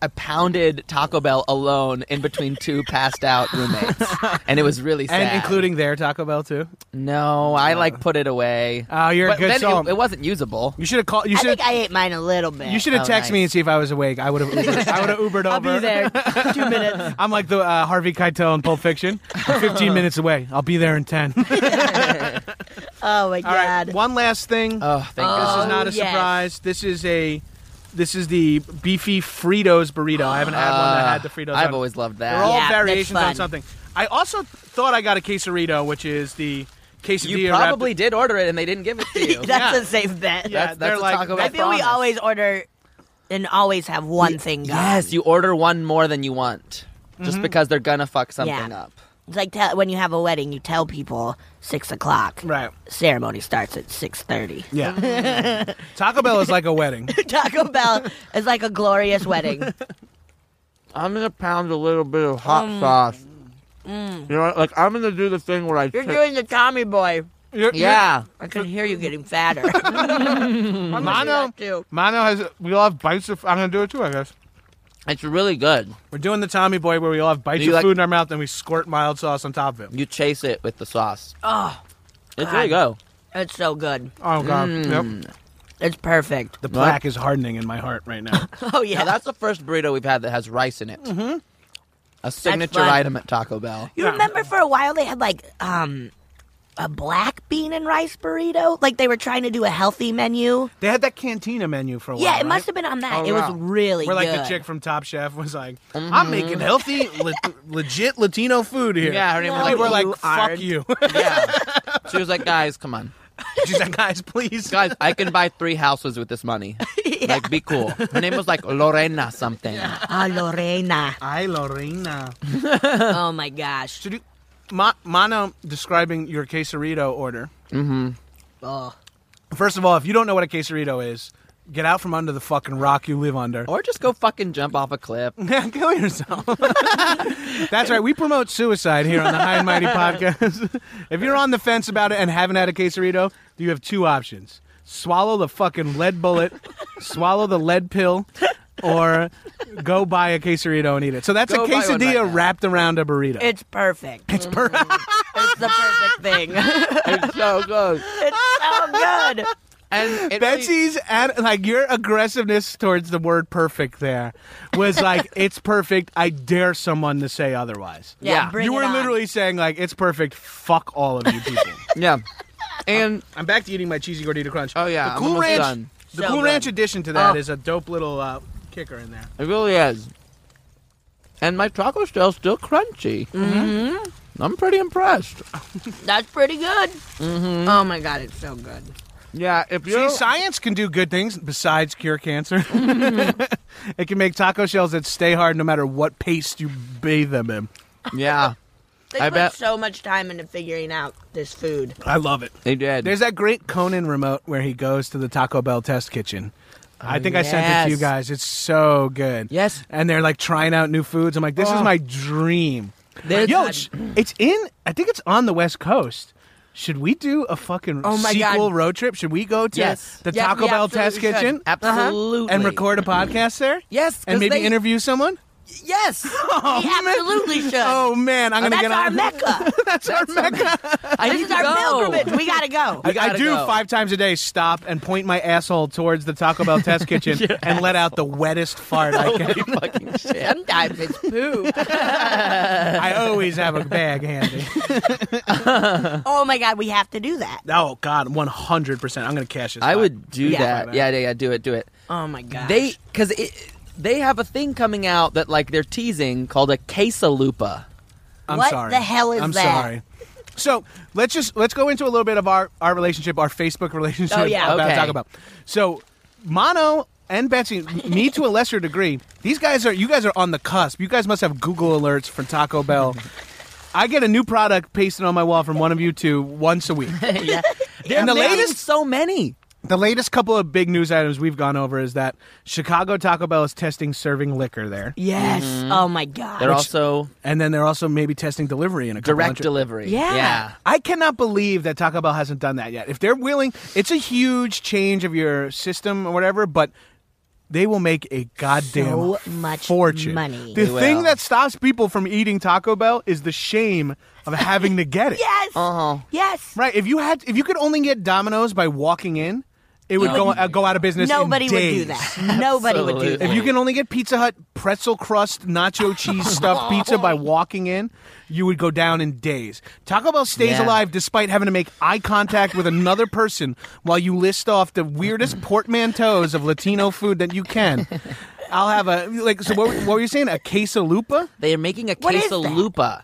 I pounded Taco Bell alone in between two passed out roommates, and it was really sad. and including their Taco Bell too. no, I like put it away. Oh, you're a but good then soul. It, it wasn't usable. You should have called. You I should. think I ate mine a little bit. You should have Oh, texted me nice. and see if I was awake. I would have. Ubered. I would have Ubered I'll over. be there. two minutes. I'm like the uh, Harvey Keitel in Pulp Fiction. I'm 15 minutes away. I'll be there in 10. All Oh my right. god. One last thing. Oh, thank this goodness. is not a yes. surprise. This is a. This is the beefy Fritos burrito. I haven't had one that had the Fritos. Uh, I've on it. always loved that. They're all Yeah, that's variations on fun. something. I also thought I got a quesarito, which is the quesadilla. you wrapped- probably did order it, and they didn't give it to you. That's Yeah. a safe bet. Yeah, that's they're a like- Taco Bell I feel we promise. always order and always have one thing. Gone. Yes, you order one more than you want, just because they're gonna fuck something Yeah. up. It's like tell, when you have a wedding, you tell people six o'clock. Right. Ceremony starts at six thirty. Yeah. Taco Bell is like a wedding. Taco Bell is like a glorious wedding. I'm gonna pound a little bit of hot Mm. sauce. You know, like I'm gonna do the thing where I You're ta- doing the Tommy boy. You're- Yeah, I can hear you getting fatter. you're- Mono. too. Mono has. We all have bites of. I'm gonna do it too, I guess. it's really good. We're doing the Tommy Boy where we all have bites Do you of like- food in our mouth and we squirt mild sauce on top of it. You chase it with the sauce. Oh, It's really good. it's so good. Mm. Oh god. Yep. It's perfect. The plaque is hardening in my heart right now. Oh yeah, Now, that's the first burrito we've had that has rice in it. Mm-hmm. A signature fun. item at Taco Bell. You remember for a while they had like um a black bean and rice burrito? Like they were trying to do a healthy menu. they had that cantina menu for a while. yeah, it right? must have been on that. Oh, it was wow. really Where like good. the chick from Top Chef was like, Mm-hmm. "I'm making healthy, le- legit Latino food here." Yeah, her name They was were like. like, you "Fuck you." aren't." yeah. She was like, guys, come on. She's like, "Guys, please." Guys, I can buy three houses with this money. Like, be cool. Her name was like Lorena something. Ah, Lorena. Ay, Lorena. oh my gosh. Should you, Ma- Mana, describing your quesarito order. Mm-hmm. Uh. Oh. First of all, if you don't know what a quesarito is, get out from under the fucking rock you live under. Or just go fucking jump off a cliff. Yeah, kill yourself. That's right. We promote suicide here on the High and Mighty podcast. if you're on the fence about it and haven't had a quesarito, you have two options: swallow the fucking lead bullet, swallow the lead pill, or go buy a quesarito and eat it. So that's Go a buy one right quesadilla now. wrapped around a burrito. It's perfect. It's perfect. it's the perfect thing. It's so good. it's so good. And it really- Betsy's ad- like your aggressiveness towards the word "perfect" there was like it's perfect. I dare someone to say otherwise. Yeah, Yeah. bring you it were on. literally saying like it's perfect. Fuck all of you people. yeah. And I'm back to eating my cheesy gordita crunch. Oh, yeah, the I'm Cool almost Ranch. done. The So Cool good. Ranch addition to that Oh. is a dope little uh, kicker in there. it really is. And my taco shell's still crunchy. Mm-hmm. I'm pretty impressed. That's pretty good. Oh my god, it's so good. Yeah, if See, you're science can do good things besides cure cancer. it can make taco shells that stay hard no matter what paste you bathe them in. Yeah, They I put bet- so much time into figuring out this food. I love it. they did. There's that great Conan remote where he goes to the Taco Bell test kitchen. I think I sent it to you yes. guys. It's so good. Yes. And they're like trying out new foods. I'm like, this is Oh. my dream. There's- Yo, it's, it's in, I think it's on the West Coast. Should we do a fucking Oh my sequel God. road trip? Should we go to Yes. the Yes, Taco we Bell test absolutely should. kitchen Uh-huh. Uh-huh. Absolutely. and record a podcast there? Yes, And 'cause maybe they- interview someone? Yes, we absolutely should. Oh, man. I'm going to That's get our on. mecca. That's our mecca. I this need is to our go. pilgrimage. We gotta go. I, I gotta do go. five times a day stop and point my asshole towards the Taco Bell test kitchen and let out the wettest fart I can. Fucking shit. Sometimes it's poo. I always have a bag handy. oh my god, we have to do that. Oh God, one hundred percent. I'm gonna cash this. I out. would do Yeah. that. Yeah, yeah, yeah. Do it, do it. Oh my god. They because it they have a thing coming out that like they're teasing called a quesalupa. I'm What sorry. the hell is I'm that? sorry. So let's just let's go into a little bit of our our relationship, our Facebook relationship. Oh, yeah. about Okay. Taco Bell. So Mono and Betsy, me to a lesser degree. These guys are you guys are on the cusp. You guys must have Google alerts for Taco Bell. I get a new product pasted on my wall from one of you two once a week. yeah, And the making latest- so many. The latest couple of big news items we've gone over is that Chicago Taco Bell is testing serving liquor there. Yes. Oh my god. They're also And then they're also maybe testing delivery in a couple direct hundred- delivery. Yeah. yeah. I cannot believe that Taco Bell hasn't done that yet. If they're willing, it's a huge change of your system or whatever, but they will make a goddamn So much fortune. money. The They thing will. that stops people from eating Taco Bell is the shame of having to get it. yes. Uh-huh. Yes. Right? If you had if you could only get Domino's by walking in, it would go uh, go out of business in Nobody would do days. that. Nobody would do Absolutely. that. If you can only get Pizza Hut pretzel crust nacho cheese stuffed pizza by walking in, you would go down in days. Taco Bell stays Yeah. alive despite having to make eye contact with another person while you list off the weirdest portmanteaus of Latino food that you can. I'll have a like. So what, were- what were you saying? A quesalupa? They are making a What is quesalupa.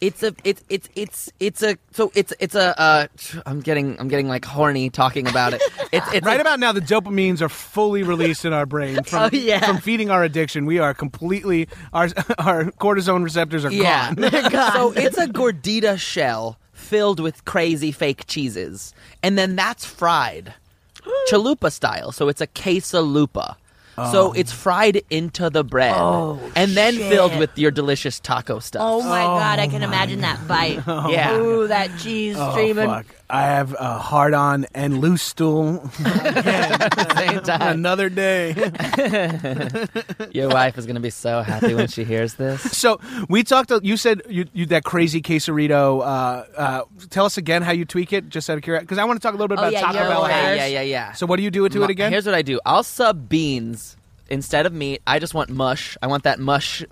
It's a it's it's it's it's a so it's it's a uh I'm getting I'm getting like horny talking about it. It's it's Right a- about now, the dopamines are fully released in our brain from, Oh, yeah. from feeding our addiction. We are completely our our cortisone receptors are yeah. gone. so it's a gordita shell filled with crazy fake cheeses, and then that's fried, chalupa style. So it's a quesalupa. Oh. So it's fried into the bread, and then Oh, shit. filled with your delicious taco stuff. Oh Oh my god, I can imagine that bite. Yeah. Ooh, that cheese streaming. Oh, Fuck. I have a hard on and loose stool. Same time. Another day. Your wife is going to be so happy when she hears this. So we talked. You said you, you that crazy quesarito. Uh, uh, tell us again how you tweak it, just out of curiosity, because I want to talk a little bit Oh, about yeah, Taco you're Bell. right. hairs. Yeah, yeah, yeah. So what do you do to Mu- it again? Here's what I do. I'll sub beans instead of meat. I just want mush. I want that mush,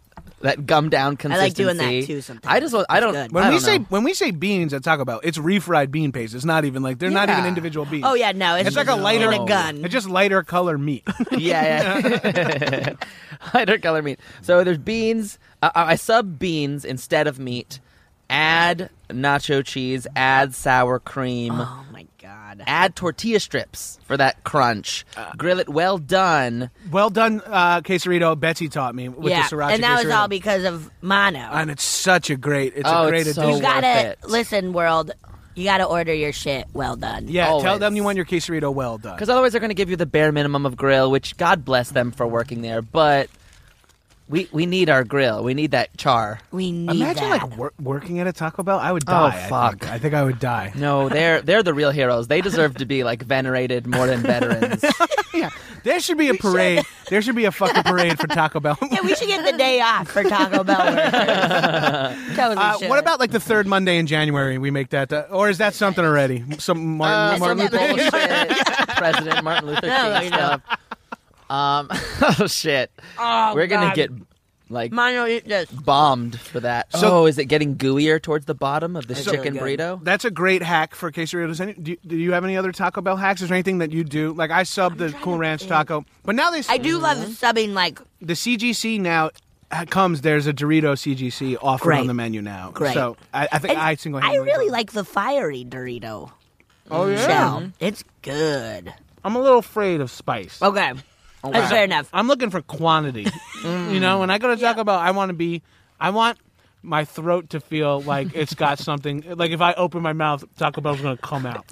that gum down I like consistency. doing that, too, sometimes. I just want. I It's don't. good. when I we don't say know. when we say beans at Taco Bell, it's refried bean paste. It's not even like they're not Yeah. even individual beans. Oh yeah, no, it's, it's, like a just lighter in a gun. It's just lighter color meat. yeah, yeah. lighter color meat. So there's beans. Uh, I I sub beans instead of meat. Add nacho cheese. Add sour cream. oh my god. Add tortilla strips for that crunch. Uh. Grill it well done. well done, uh, quesarito. Betsy taught me with yeah, the sriracha. and that was quesarito. all because of mono. and it's such a great. It's a Oh, it's great so addition. You gotta worth it. listen, world. You gotta order your shit well done. yeah, tell always. them you want your quesarito well done. Because otherwise, they're going to give you the bare minimum of grill, which God bless them for working there. But we we need our grill. We need that char. we need Imagine that. like wor- working at a Taco Bell. I would die. I fuck. think. I think I would die. No, they're they're the real heroes. They deserve to be like venerated more than veterans. Yeah, there should be a parade. there should be a fucking parade for Taco Bell. yeah, we should get the day off for Taco Bell workers. totally Uh, should. what about like the third Monday in January? We make that, uh, or is that something already? Some Martin, Uh, Martin Isn't Luther. that bullshit, President Martin Luther No, King no, no. stuff. Um, oh shit, Oh, we're gonna God. get like mono? Eat this. bombed for that. So- oh, is it getting gooier towards the bottom of this It's really chicken good. burrito? That's a great hack for quesaritos. Any, do, you- do you have any other Taco Bell hacks? Is there anything that you do? Like I sub the Cool Ranch taco, but now they I do love subbing like the CGC now ha- comes. There's a Dorito CGC offered Great. on the menu now. Great. So I, I think and I single. I really like the fiery Dorito Oh yeah. shell. It's good. I'm a little afraid of spice. Okay. That's fair enough. I'm looking for quantity. Mm. you know, when I go to Taco Bell, I want to be, I want my throat to feel like it's got something. Like if I open my mouth, Taco Bell's going to come out.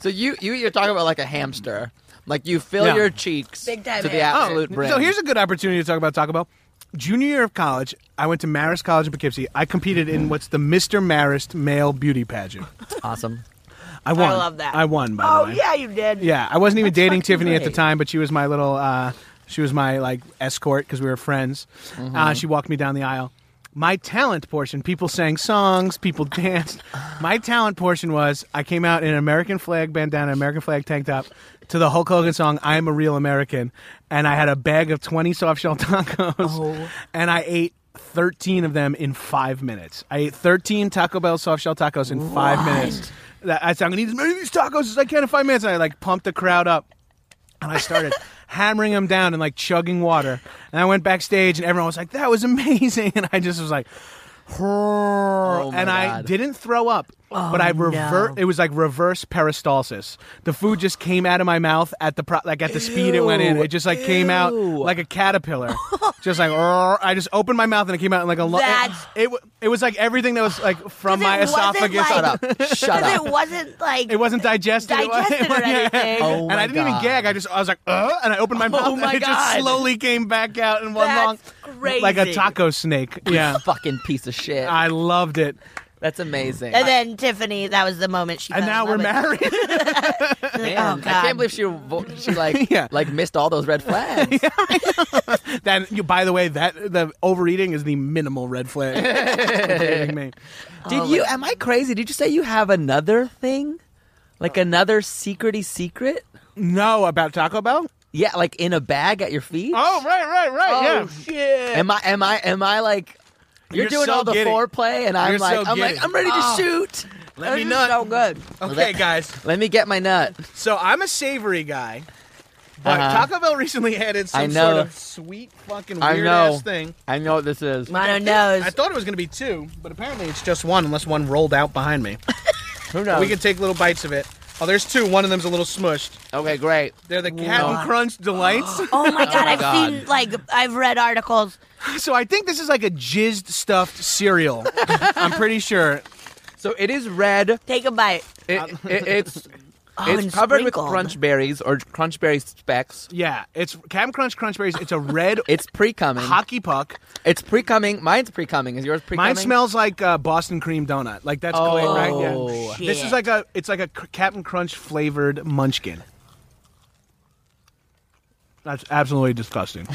So you you you're talking about like a hamster. Like you fill Yeah. your cheeks Big time to the hamster. absolute brim. So here's a good opportunity to talk about Taco Bell. Junior year of college, I went to Marist College in Poughkeepsie. I competed in what's the Mr. Marist Male Beauty Pageant. awesome. I won. love that. I won. By Oh the way. yeah, you did. Yeah, I wasn't even dating Tiffany at the great. time, but she was my little, uh, she was my like escort because we were friends. Uh, she walked me down the aisle. My talent portion, people sang songs, people danced. My talent portion was I came out in an American flag bandana, American flag tank top to the Hulk Hogan song "I Am a Real American," and I had a bag of twenty soft shell tacos, and I ate. 13 of them in five minutes. I ate 13 Taco Bell soft shell tacos in five minutes. That, I said, I'm going to eat as many of these tacos as I can in five minutes. And I like pumped the crowd up and I started hammering them down and like chugging water. And I went backstage, and everyone was like, "That was amazing!" And I just was like, Oh my and I God. didn't throw up, but I revert. It was like reverse peristalsis. The food just came out of my mouth at the pro- like at the speed it went in. It just like came out like a caterpillar, just like "Rrr." I just opened my mouth and it came out in like a lump. It, That's- it, wa- it was like everything that was like from 'Cause it my wasn't esophagus. like- Shut up. Shut Because up. it wasn't like It wasn't digested. It was- Digested or anything. Oh and my I didn't even God. gag. I just I was like, uh, and I opened my mouth my and it just God. slowly came back out in one That's long crazy. like a taco snake. Yeah. Fucking piece of shit. I loved it. That's amazing. And then Tiffany, that was the moment she. And fell in now we're love with- married. Man, oh, I God. can't believe she vo- she like Yeah. like missed all those red flags. then you, by the way, that the overeating is the minimal red flag. for dating me. Did you? Am I crazy? Did you say you have another thing, like Uh. another secrety secret? No, about Taco Bell? Yeah, like in a bag at your feet. Oh, right, right, right. yeah. Am I? Am I? Am I like? You're, You're doing so all the giddy. foreplay, and I'm You're so like, I'm giddy. Oh. like, I'm ready to shoot. Let me This is nut. So good. Okay, guys. Let me get my nut. So I'm a savory guy. But Uh-huh. Taco Bell recently added I some know. sort of sweet fucking I weird know. ass thing. I know what this is. Mono knows. I thought it was going to be two, but apparently it's just one, unless one rolled out behind me. Who knows? We can take little bites of it. Oh, there's two. One of them's a little smushed. okay, great. They're the Captain God. Crunch delights. Oh my god, I've God. seen like I've read articles. so I think this is like a jizzed stuffed cereal. I'm pretty sure. So it is red. Take a bite. Oh, It, it, it's and it's covered sprinkled. with crunch berries or crunch berry specks. Yeah, it's Cam Crunch Crunch Berries. It's a red It's pre coming. hockey puck. It's pre coming. Mine's pre coming. Is yours pre coming? Mine smells like uh, Boston cream donut. Like that's Oh, great, right? shit. This is like a it's like a cr- Captain Crunch flavored munchkin. That's absolutely disgusting.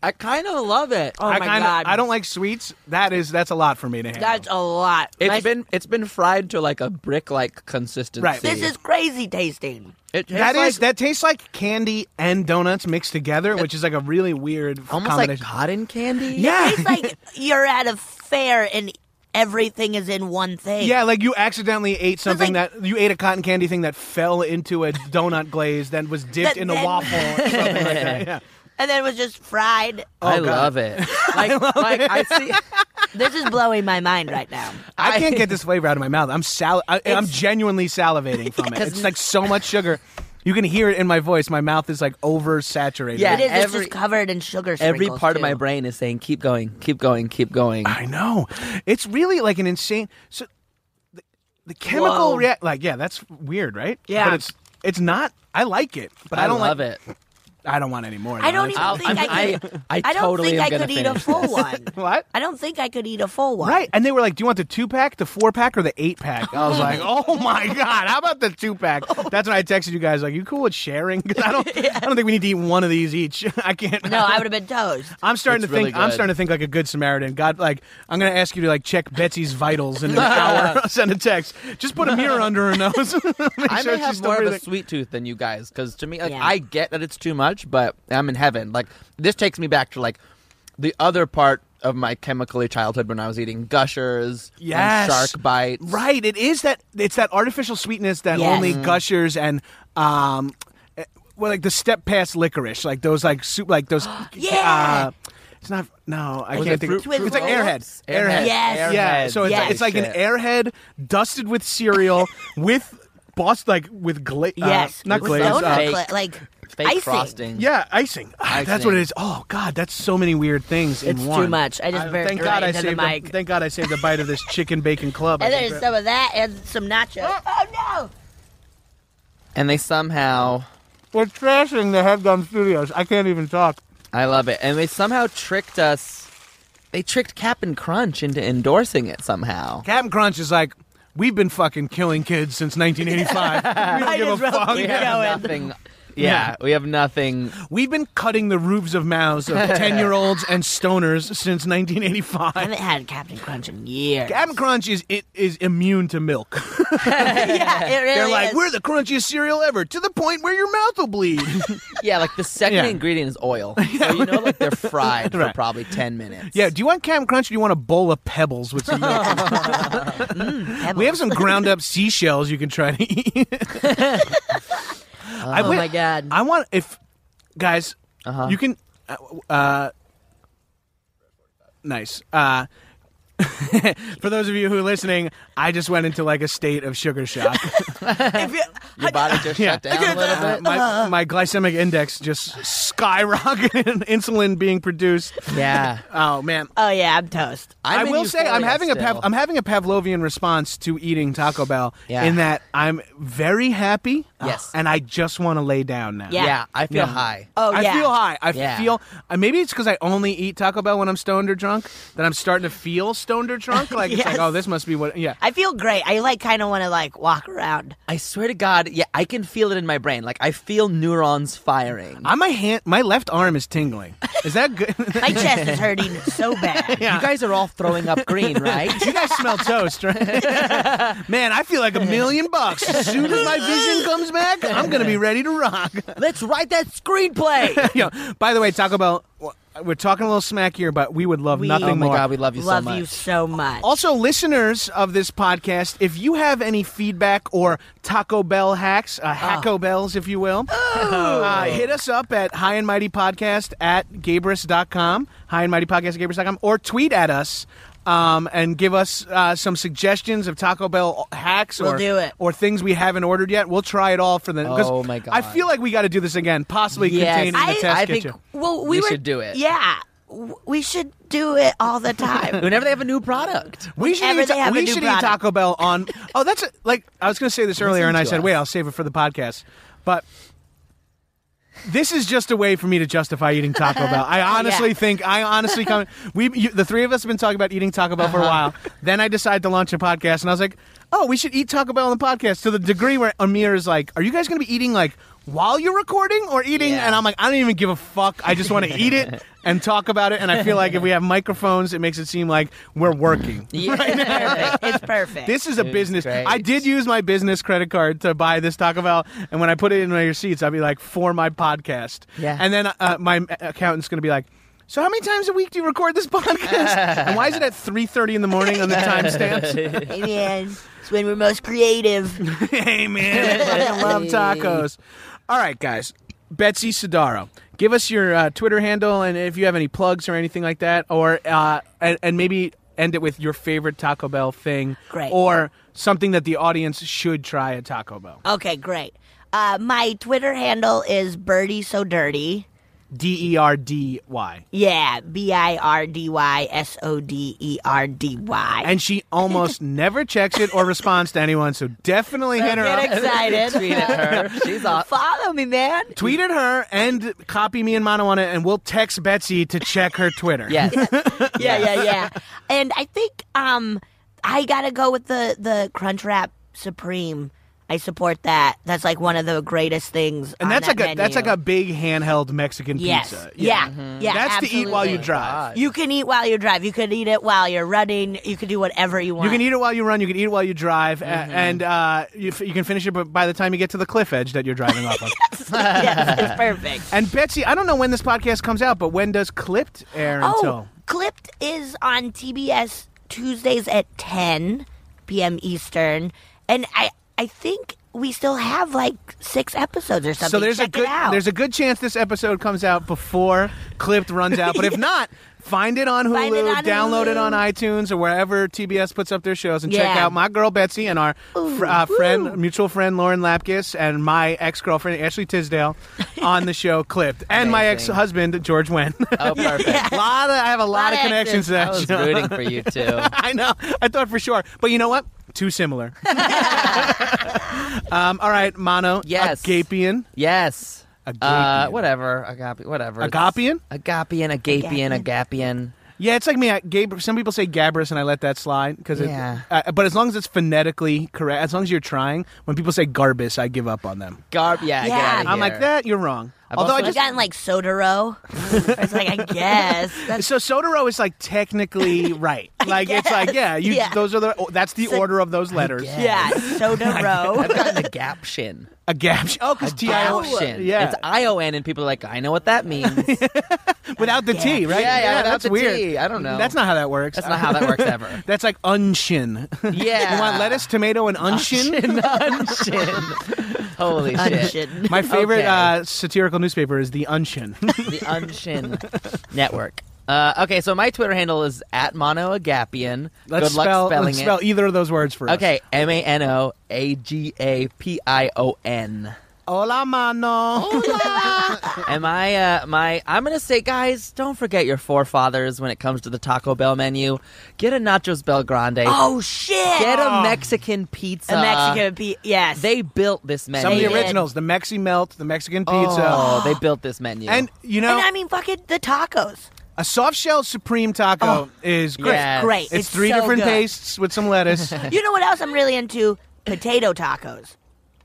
I kind of love it. Oh I my kinda- god! I don't like sweets. That is that's a lot for me to handle. That's a lot. It's My- been it's been fried to like a brick like consistency. Right. This is crazy tasting. it tastes that like, is- that tastes like candy and donuts mixed together, which is like a really weird almost like combination. cotton candy. yeah, It's like you're at a fair and everything is in one thing. Yeah, like you accidentally ate something like- that you ate a cotton candy thing that fell into a donut glaze, then was dipped That in a then- waffle or something like that. Yeah. And then it was just fried. I Oh, God. love it. Like, like I see. This is blowing my mind right now. I can't get this flavor out of my mouth. I'm sal- I, I'm genuinely salivating from it. It's like so much sugar. You can hear it in my voice. My mouth is like oversaturated. Yeah. It is every- it's just covered in sugar Every sprinkles, part of too. my brain is saying, "Keep going, keep going, keep going." I know. It's really like an insane. So the, the chemical Whoa. rea- like yeah, that's weird, right? Yeah. but it's it's not. I like it, but I, don't love like, it. I don't want any more. I don't That's- e-, even I'll- think I'm- I I- could. I don't totally think am I gonna could eat a finish full this. one. What? I don't think I could eat a full one. Right. And they were like, Do you want the two pack, the four pack, or the eight pack? I was like, Oh my God, how about the two pack? That's when I texted you guys, like, you cool with sharing? 'Cause I don't I don't think we need to eat one of these each. I can't No, I would have been toast. I'm starting It's to think really I'm good. starting to think like a good Samaritan. God like I'm gonna ask you to like check Betsy's vitals in an hour. Send a text. Just put a mirror under her nose. Make I sure may she's have still more of a breathing. sweet tooth than you guys because to me, like, Yeah. I get that it's too much, but I'm in heaven. Like this takes me back to like the other part of my chemically childhood when I was eating gushers, and Yes. shark bites, Mm-hmm. Right. It is that. It's that artificial sweetness that Yes. only gushers and um, eh, well, like the step past licorice, like those like soup, like those. Yeah. Uh, it's not. No, I Was can't it think. fruit- With it's like roll-ups? Airhead. Airhead. Yes. Yeah. Airheads. So it's, Yes. it's like an Shit. airhead dusted with cereal with boss like with glaze. Yes. not With glaze. donut uh, Fake. cla- like fake icing. frosting. yeah, icing. Ah, That's what it is. Oh God, that's so many weird things in It's one. too much. I just I- burned thank right God I into saved the a, mic. thank God I saved a bite of this chicken bacon club. and I think there's that- some of that and some nachos. Oh and they somehow We're trashing the Headgum Studios. I can't even talk. I love it. And they somehow tricked us. They tricked Cap and Crunch into endorsing it somehow. Captain Crunch is like, we've been fucking killing kids since 1985. we don't give a fuck. We have nothing. Yeah, we have nothing. We've been cutting the roofs of mouths of 10 year olds and stoners since no! I 1985. haven't had Captain Crunch in years. Captain Crunch is it is immune to milk. yeah, it really They're like, is. we're the crunchiest cereal ever, to the point where your mouth will bleed. Yeah, like the second Yeah. ingredient is oil. So you know, like they're fried for Right. probably ten minutes. yeah, do you want Captain Crunch or do you want a bowl of pebbles with some milk? We have some ground up seashells you can try to eat. I Oh wi- my god! Uh-huh. I want if guys, you can. Uh, uh, nice. Uh, for those of you who are listening, I just went into like a state of sugar shock. If you- your body just shut down a little Uh, bit. Uh-huh. my, my glycemic index just skyrocketed. insulin being produced. Yeah, Oh man. oh yeah, I'm toast. I I'm in will say I'm euphoria having a Pav- still. I'm having a Pavlovian response to eating Taco Bell Yeah. Uh, in that I'm very happy. Yes. And I just want to lay down now. Yeah. yeah. I feel Yeah. high. Oh I yeah. feel high. I Yeah. feel uh, maybe it's because I only eat Taco Bell when I'm stoned or drunk that I'm starting to feel stoned or drunk. Like it's like Yes. oh, this must be what. Yeah, I feel great. I like kind of want to like walk around. I swear to God, yeah, I can feel it in my brain. Like I feel neurons firing. I, my hand, my left arm is tingling. Is that good? My chest is hurting so bad. Yeah. You guys are all throwing up green, right? you guys smell toast, right? Man, I feel like a million bucks. As soon as my vision comes back, I'm gonna be ready to rock. Let's write that screenplay. Yo, by the way, Taco Bell, we're talking a little smack here, but we would love We- nothing oh my more. God, we love you Love so much. you so much. Also, listeners of this podcast, if you have any feedback or Taco Bell hacks, uh, Hacko Bells, if you will, uh, hit us up at High and Mighty Podcast at Gabrus.com, High and Mighty Podcast at Gabrus.com, or tweet at us. Um, and give us uh, some suggestions of Taco Bell hacks We'll or do it. or things we haven't ordered yet. We'll try it all for the. 'cause Oh, my God. I feel like we got to do this again, possibly Yes. containing the I- test I think kitchen. well, we, We were, should do it. Yeah, w- we should do it all the time. Whenever they have a new product. We should, Whenever eat, ta- they have a we new should eat product. Taco Bell on. Oh, that's a, like I was going to say this earlier, and I to said, us. "Wait, I'll save it for the podcast." But this is just a way for me to justify eating Taco Bell. Oh, I honestly think I honestly come. We you, the three of us have been talking about eating Taco Bell Uh-huh. for a while. Then I decide to launch a podcast, and I was like, "Oh, we should eat Taco Bell on the podcast." To the degree where Amir is like, "Are you guys going to be eating like?" While you're recording or eating, Yeah. and I'm like, I don't even give a fuck. I just want to eat it and talk about it. And I feel like if we have microphones, it makes it seem like we're working. Yeah. Perfect. It's perfect. This is a business. great. I did use my business credit card to buy this Taco Bell, and when I put it in my receipts, I'll be like, for my podcast. Yeah. And then uh, my accountant's going to be like, so how many times a week do you record this podcast? and why is it at three thirty in the morning on the timestamps? Hey, man, it's when we're most creative. hey man, I fucking love tacos. All right, guys. Betsy Sidaro, give us your uh, Twitter handle, and if you have any plugs or anything like that, or uh, and, and maybe end it with your favorite Taco Bell thing, Great. or something that the audience should try at Taco Bell. Okay, great. Uh, my Twitter handle is Birdie So Dirty. D E R D Y. Yeah, B I R D Y S O D E R D Y. And she almost never checks it or responds to anyone, so definitely hit her Get up. excited. Tweet at her. She's off. Follow me, man. Tweet at her and copy me and Mono on it, and we'll text Betsy to check her Twitter. Yes. Yeah, yeah, yeah. and I think um I gotta go with the the Crunchwrap Supreme. I support that. That's like one of the greatest things. And on that's that like a that's like menu. a big handheld Mexican yes, pizza. Mm-hmm. yeah, yeah. That's to eat while you absolutely. drive. You can eat while you drive. You could eat it while you're running. You could do whatever you want. You can eat it while you run. You can eat it while you drive, a- and uh, you, f- you can finish it. But by the time you get to the cliff edge that you're driving off of, yes, it's perfect. and Betsy, I don't know when this podcast comes out, but when does Clipped air Oh, until? Clipped is on TBS Tuesdays at 10 p.m. Eastern, and I I think we still have like six episodes or something. So there's Check a good it out. there's a good chance this episode comes out before Clipped runs out. But if not, find it on Hulu, Find it on download it Hulu. on iTunes or wherever TBS puts up their shows, and check Yeah. out my girl Betsy and our fr- Ooh, uh, friend, woo. mutual friend Lauren Lapkus, and my ex girlfriend Ashley Tisdale on the show Clipped, and my ex Amazing. husband George Wen. Oh, perfect. A lot of, I have a lot, Lot of of connections to I that was show. rooting for you too. I know. I thought for sure. But you know what? Too similar. um, all right, Mono. Yes. Agapian. Yes. Agapian. Uh, whatever. Agape. Whatever. Agapian? Agapian. Agapian. Agapian. Yeah, it's like me. I, Gab- some people say Gabrus, and I let that slide because. Yeah. Uh, but as long as it's phonetically correct, as long as you're trying. When people say Garbus, I give up on them. Garb. Yeah. Yeah. Get outta I'm here. like that. You're wrong. I've Although also- I We've just gotten like Sotero. it's like I guess that's so Sotero is like technically right. Like it's like yeah, you Yeah. those are the oh, that's the order of those letters. guess. yeah Sotero. I've gotten a gap shin. A gap. Oh, because T I O. Option. Yeah. It's uh, I O N, and people are like, I know what that means. That's without the T, right? Yeah, yeah, without that's the weird. T. I don't know. That's not how that works. not how that works ever. That's like unshin. Yeah. you want lettuce, tomato, and unshin? Unshin. Holy shit. Shit. My favorite Okay. uh, satirical newspaper is the Unshin. The Unshin Network. Uh, okay, so my Twitter handle is at monoagapian. Let's Good luck spell, spelling let's spell E it. either of those words for us. Okay, M A N O A G A P I O N. Hola, Oh, mano. Am I uh, my? I'm gonna say, guys, don't forget your forefathers when it comes to the Taco Bell menu. Get a nachos Bel Grande. Oh shit! Get a Mexican pizza. a Mexican pe- yes. They built this menu. Some of the They did. originals, the Mexi Melt, the Mexican pizza. Oh, they built this menu. And, you know, and I mean fucking the tacos. a soft shell supreme taco is great. Oh, Yes. Great. It's, three so different good. tastes with some lettuce. You know what else I'm really into? Potato tacos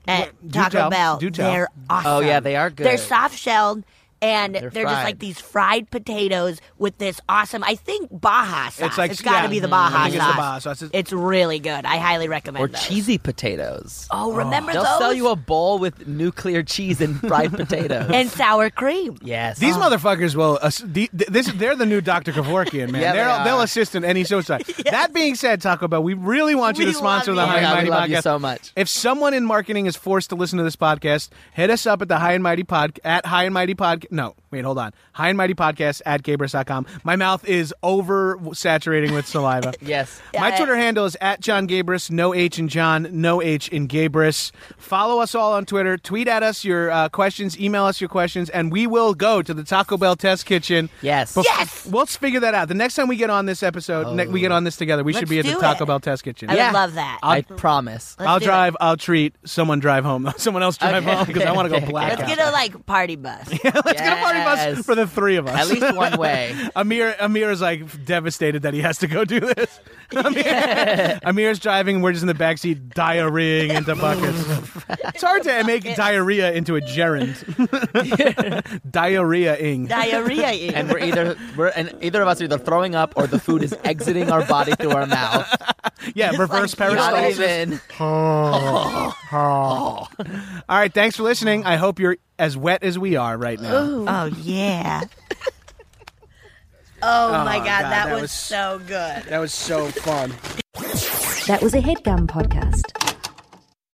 at do Taco tell, Bell. do tell. They're awesome. Oh, yeah, they are good. They're soft shelled. And They're they're, just fried. like these fried potatoes with this awesome. I think Baja sauce. like- it's got to yeah, be the mhm. Baja I think it's sauce. the Baja sauce. It's- It's really good. I highly recommend. or those. cheesy potatoes. Oh, remember They'll those? sell you a bowl with nuclear cheese and fried potatoes. and sour cream. yes, These Oh. motherfuckers will. ass- the- th- this, they're the new Dr. Kevorkian, man. Yeah, they They'll- they'll are. assist in any suicide. That being said, Taco Bell, we really want you We to sponsor love the you. High Oh my and Mighty God, we love you podcast. so much. If someone in marketing is forced to listen to this podcast, hit us up at the High and Mighty podcast at High and Mighty podcast. No, Wait, hold on. High and Mighty Podcast at Gabrus.com. My mouth is over saturating with saliva. Yes. My Twitter handle is at John Gabris, no H in John, no H in Gabris. Follow us all on Twitter. Tweet at us your uh, questions, email us your questions, and we will go to the Taco Bell Test Kitchen. Yes. Yes! We'll figure that out. The next time we get on this episode, ne- we get on this together, we should Let's be at the do Taco it. Bell Test Kitchen. I Yeah. Oh would love that. I promise. Let's I'll do drive, I'll treat, someone drive home. Someone else drive Okay, home because I okay, want to okay. go black. It. Let's get a like party bus. Let's Get a party bus for the three of us. At least one way. Amir Amir is like devastated that he has to go do this. Amir, Amir's driving. We're just in the backseat diarrheaing into buckets. it's hard to make diarrhea into a gerund. Diarrheaing. Diarrhea. eat. And we're either we're and either of us are either throwing up or the food is exiting our body through our mouth. yeah, reverse like, peristalsis. Not even. All right, thanks for listening. I hope you're as wet as we are right now. oh yeah. oh, my god, that, that was was- so good. That was so fun. That was a headgum podcast.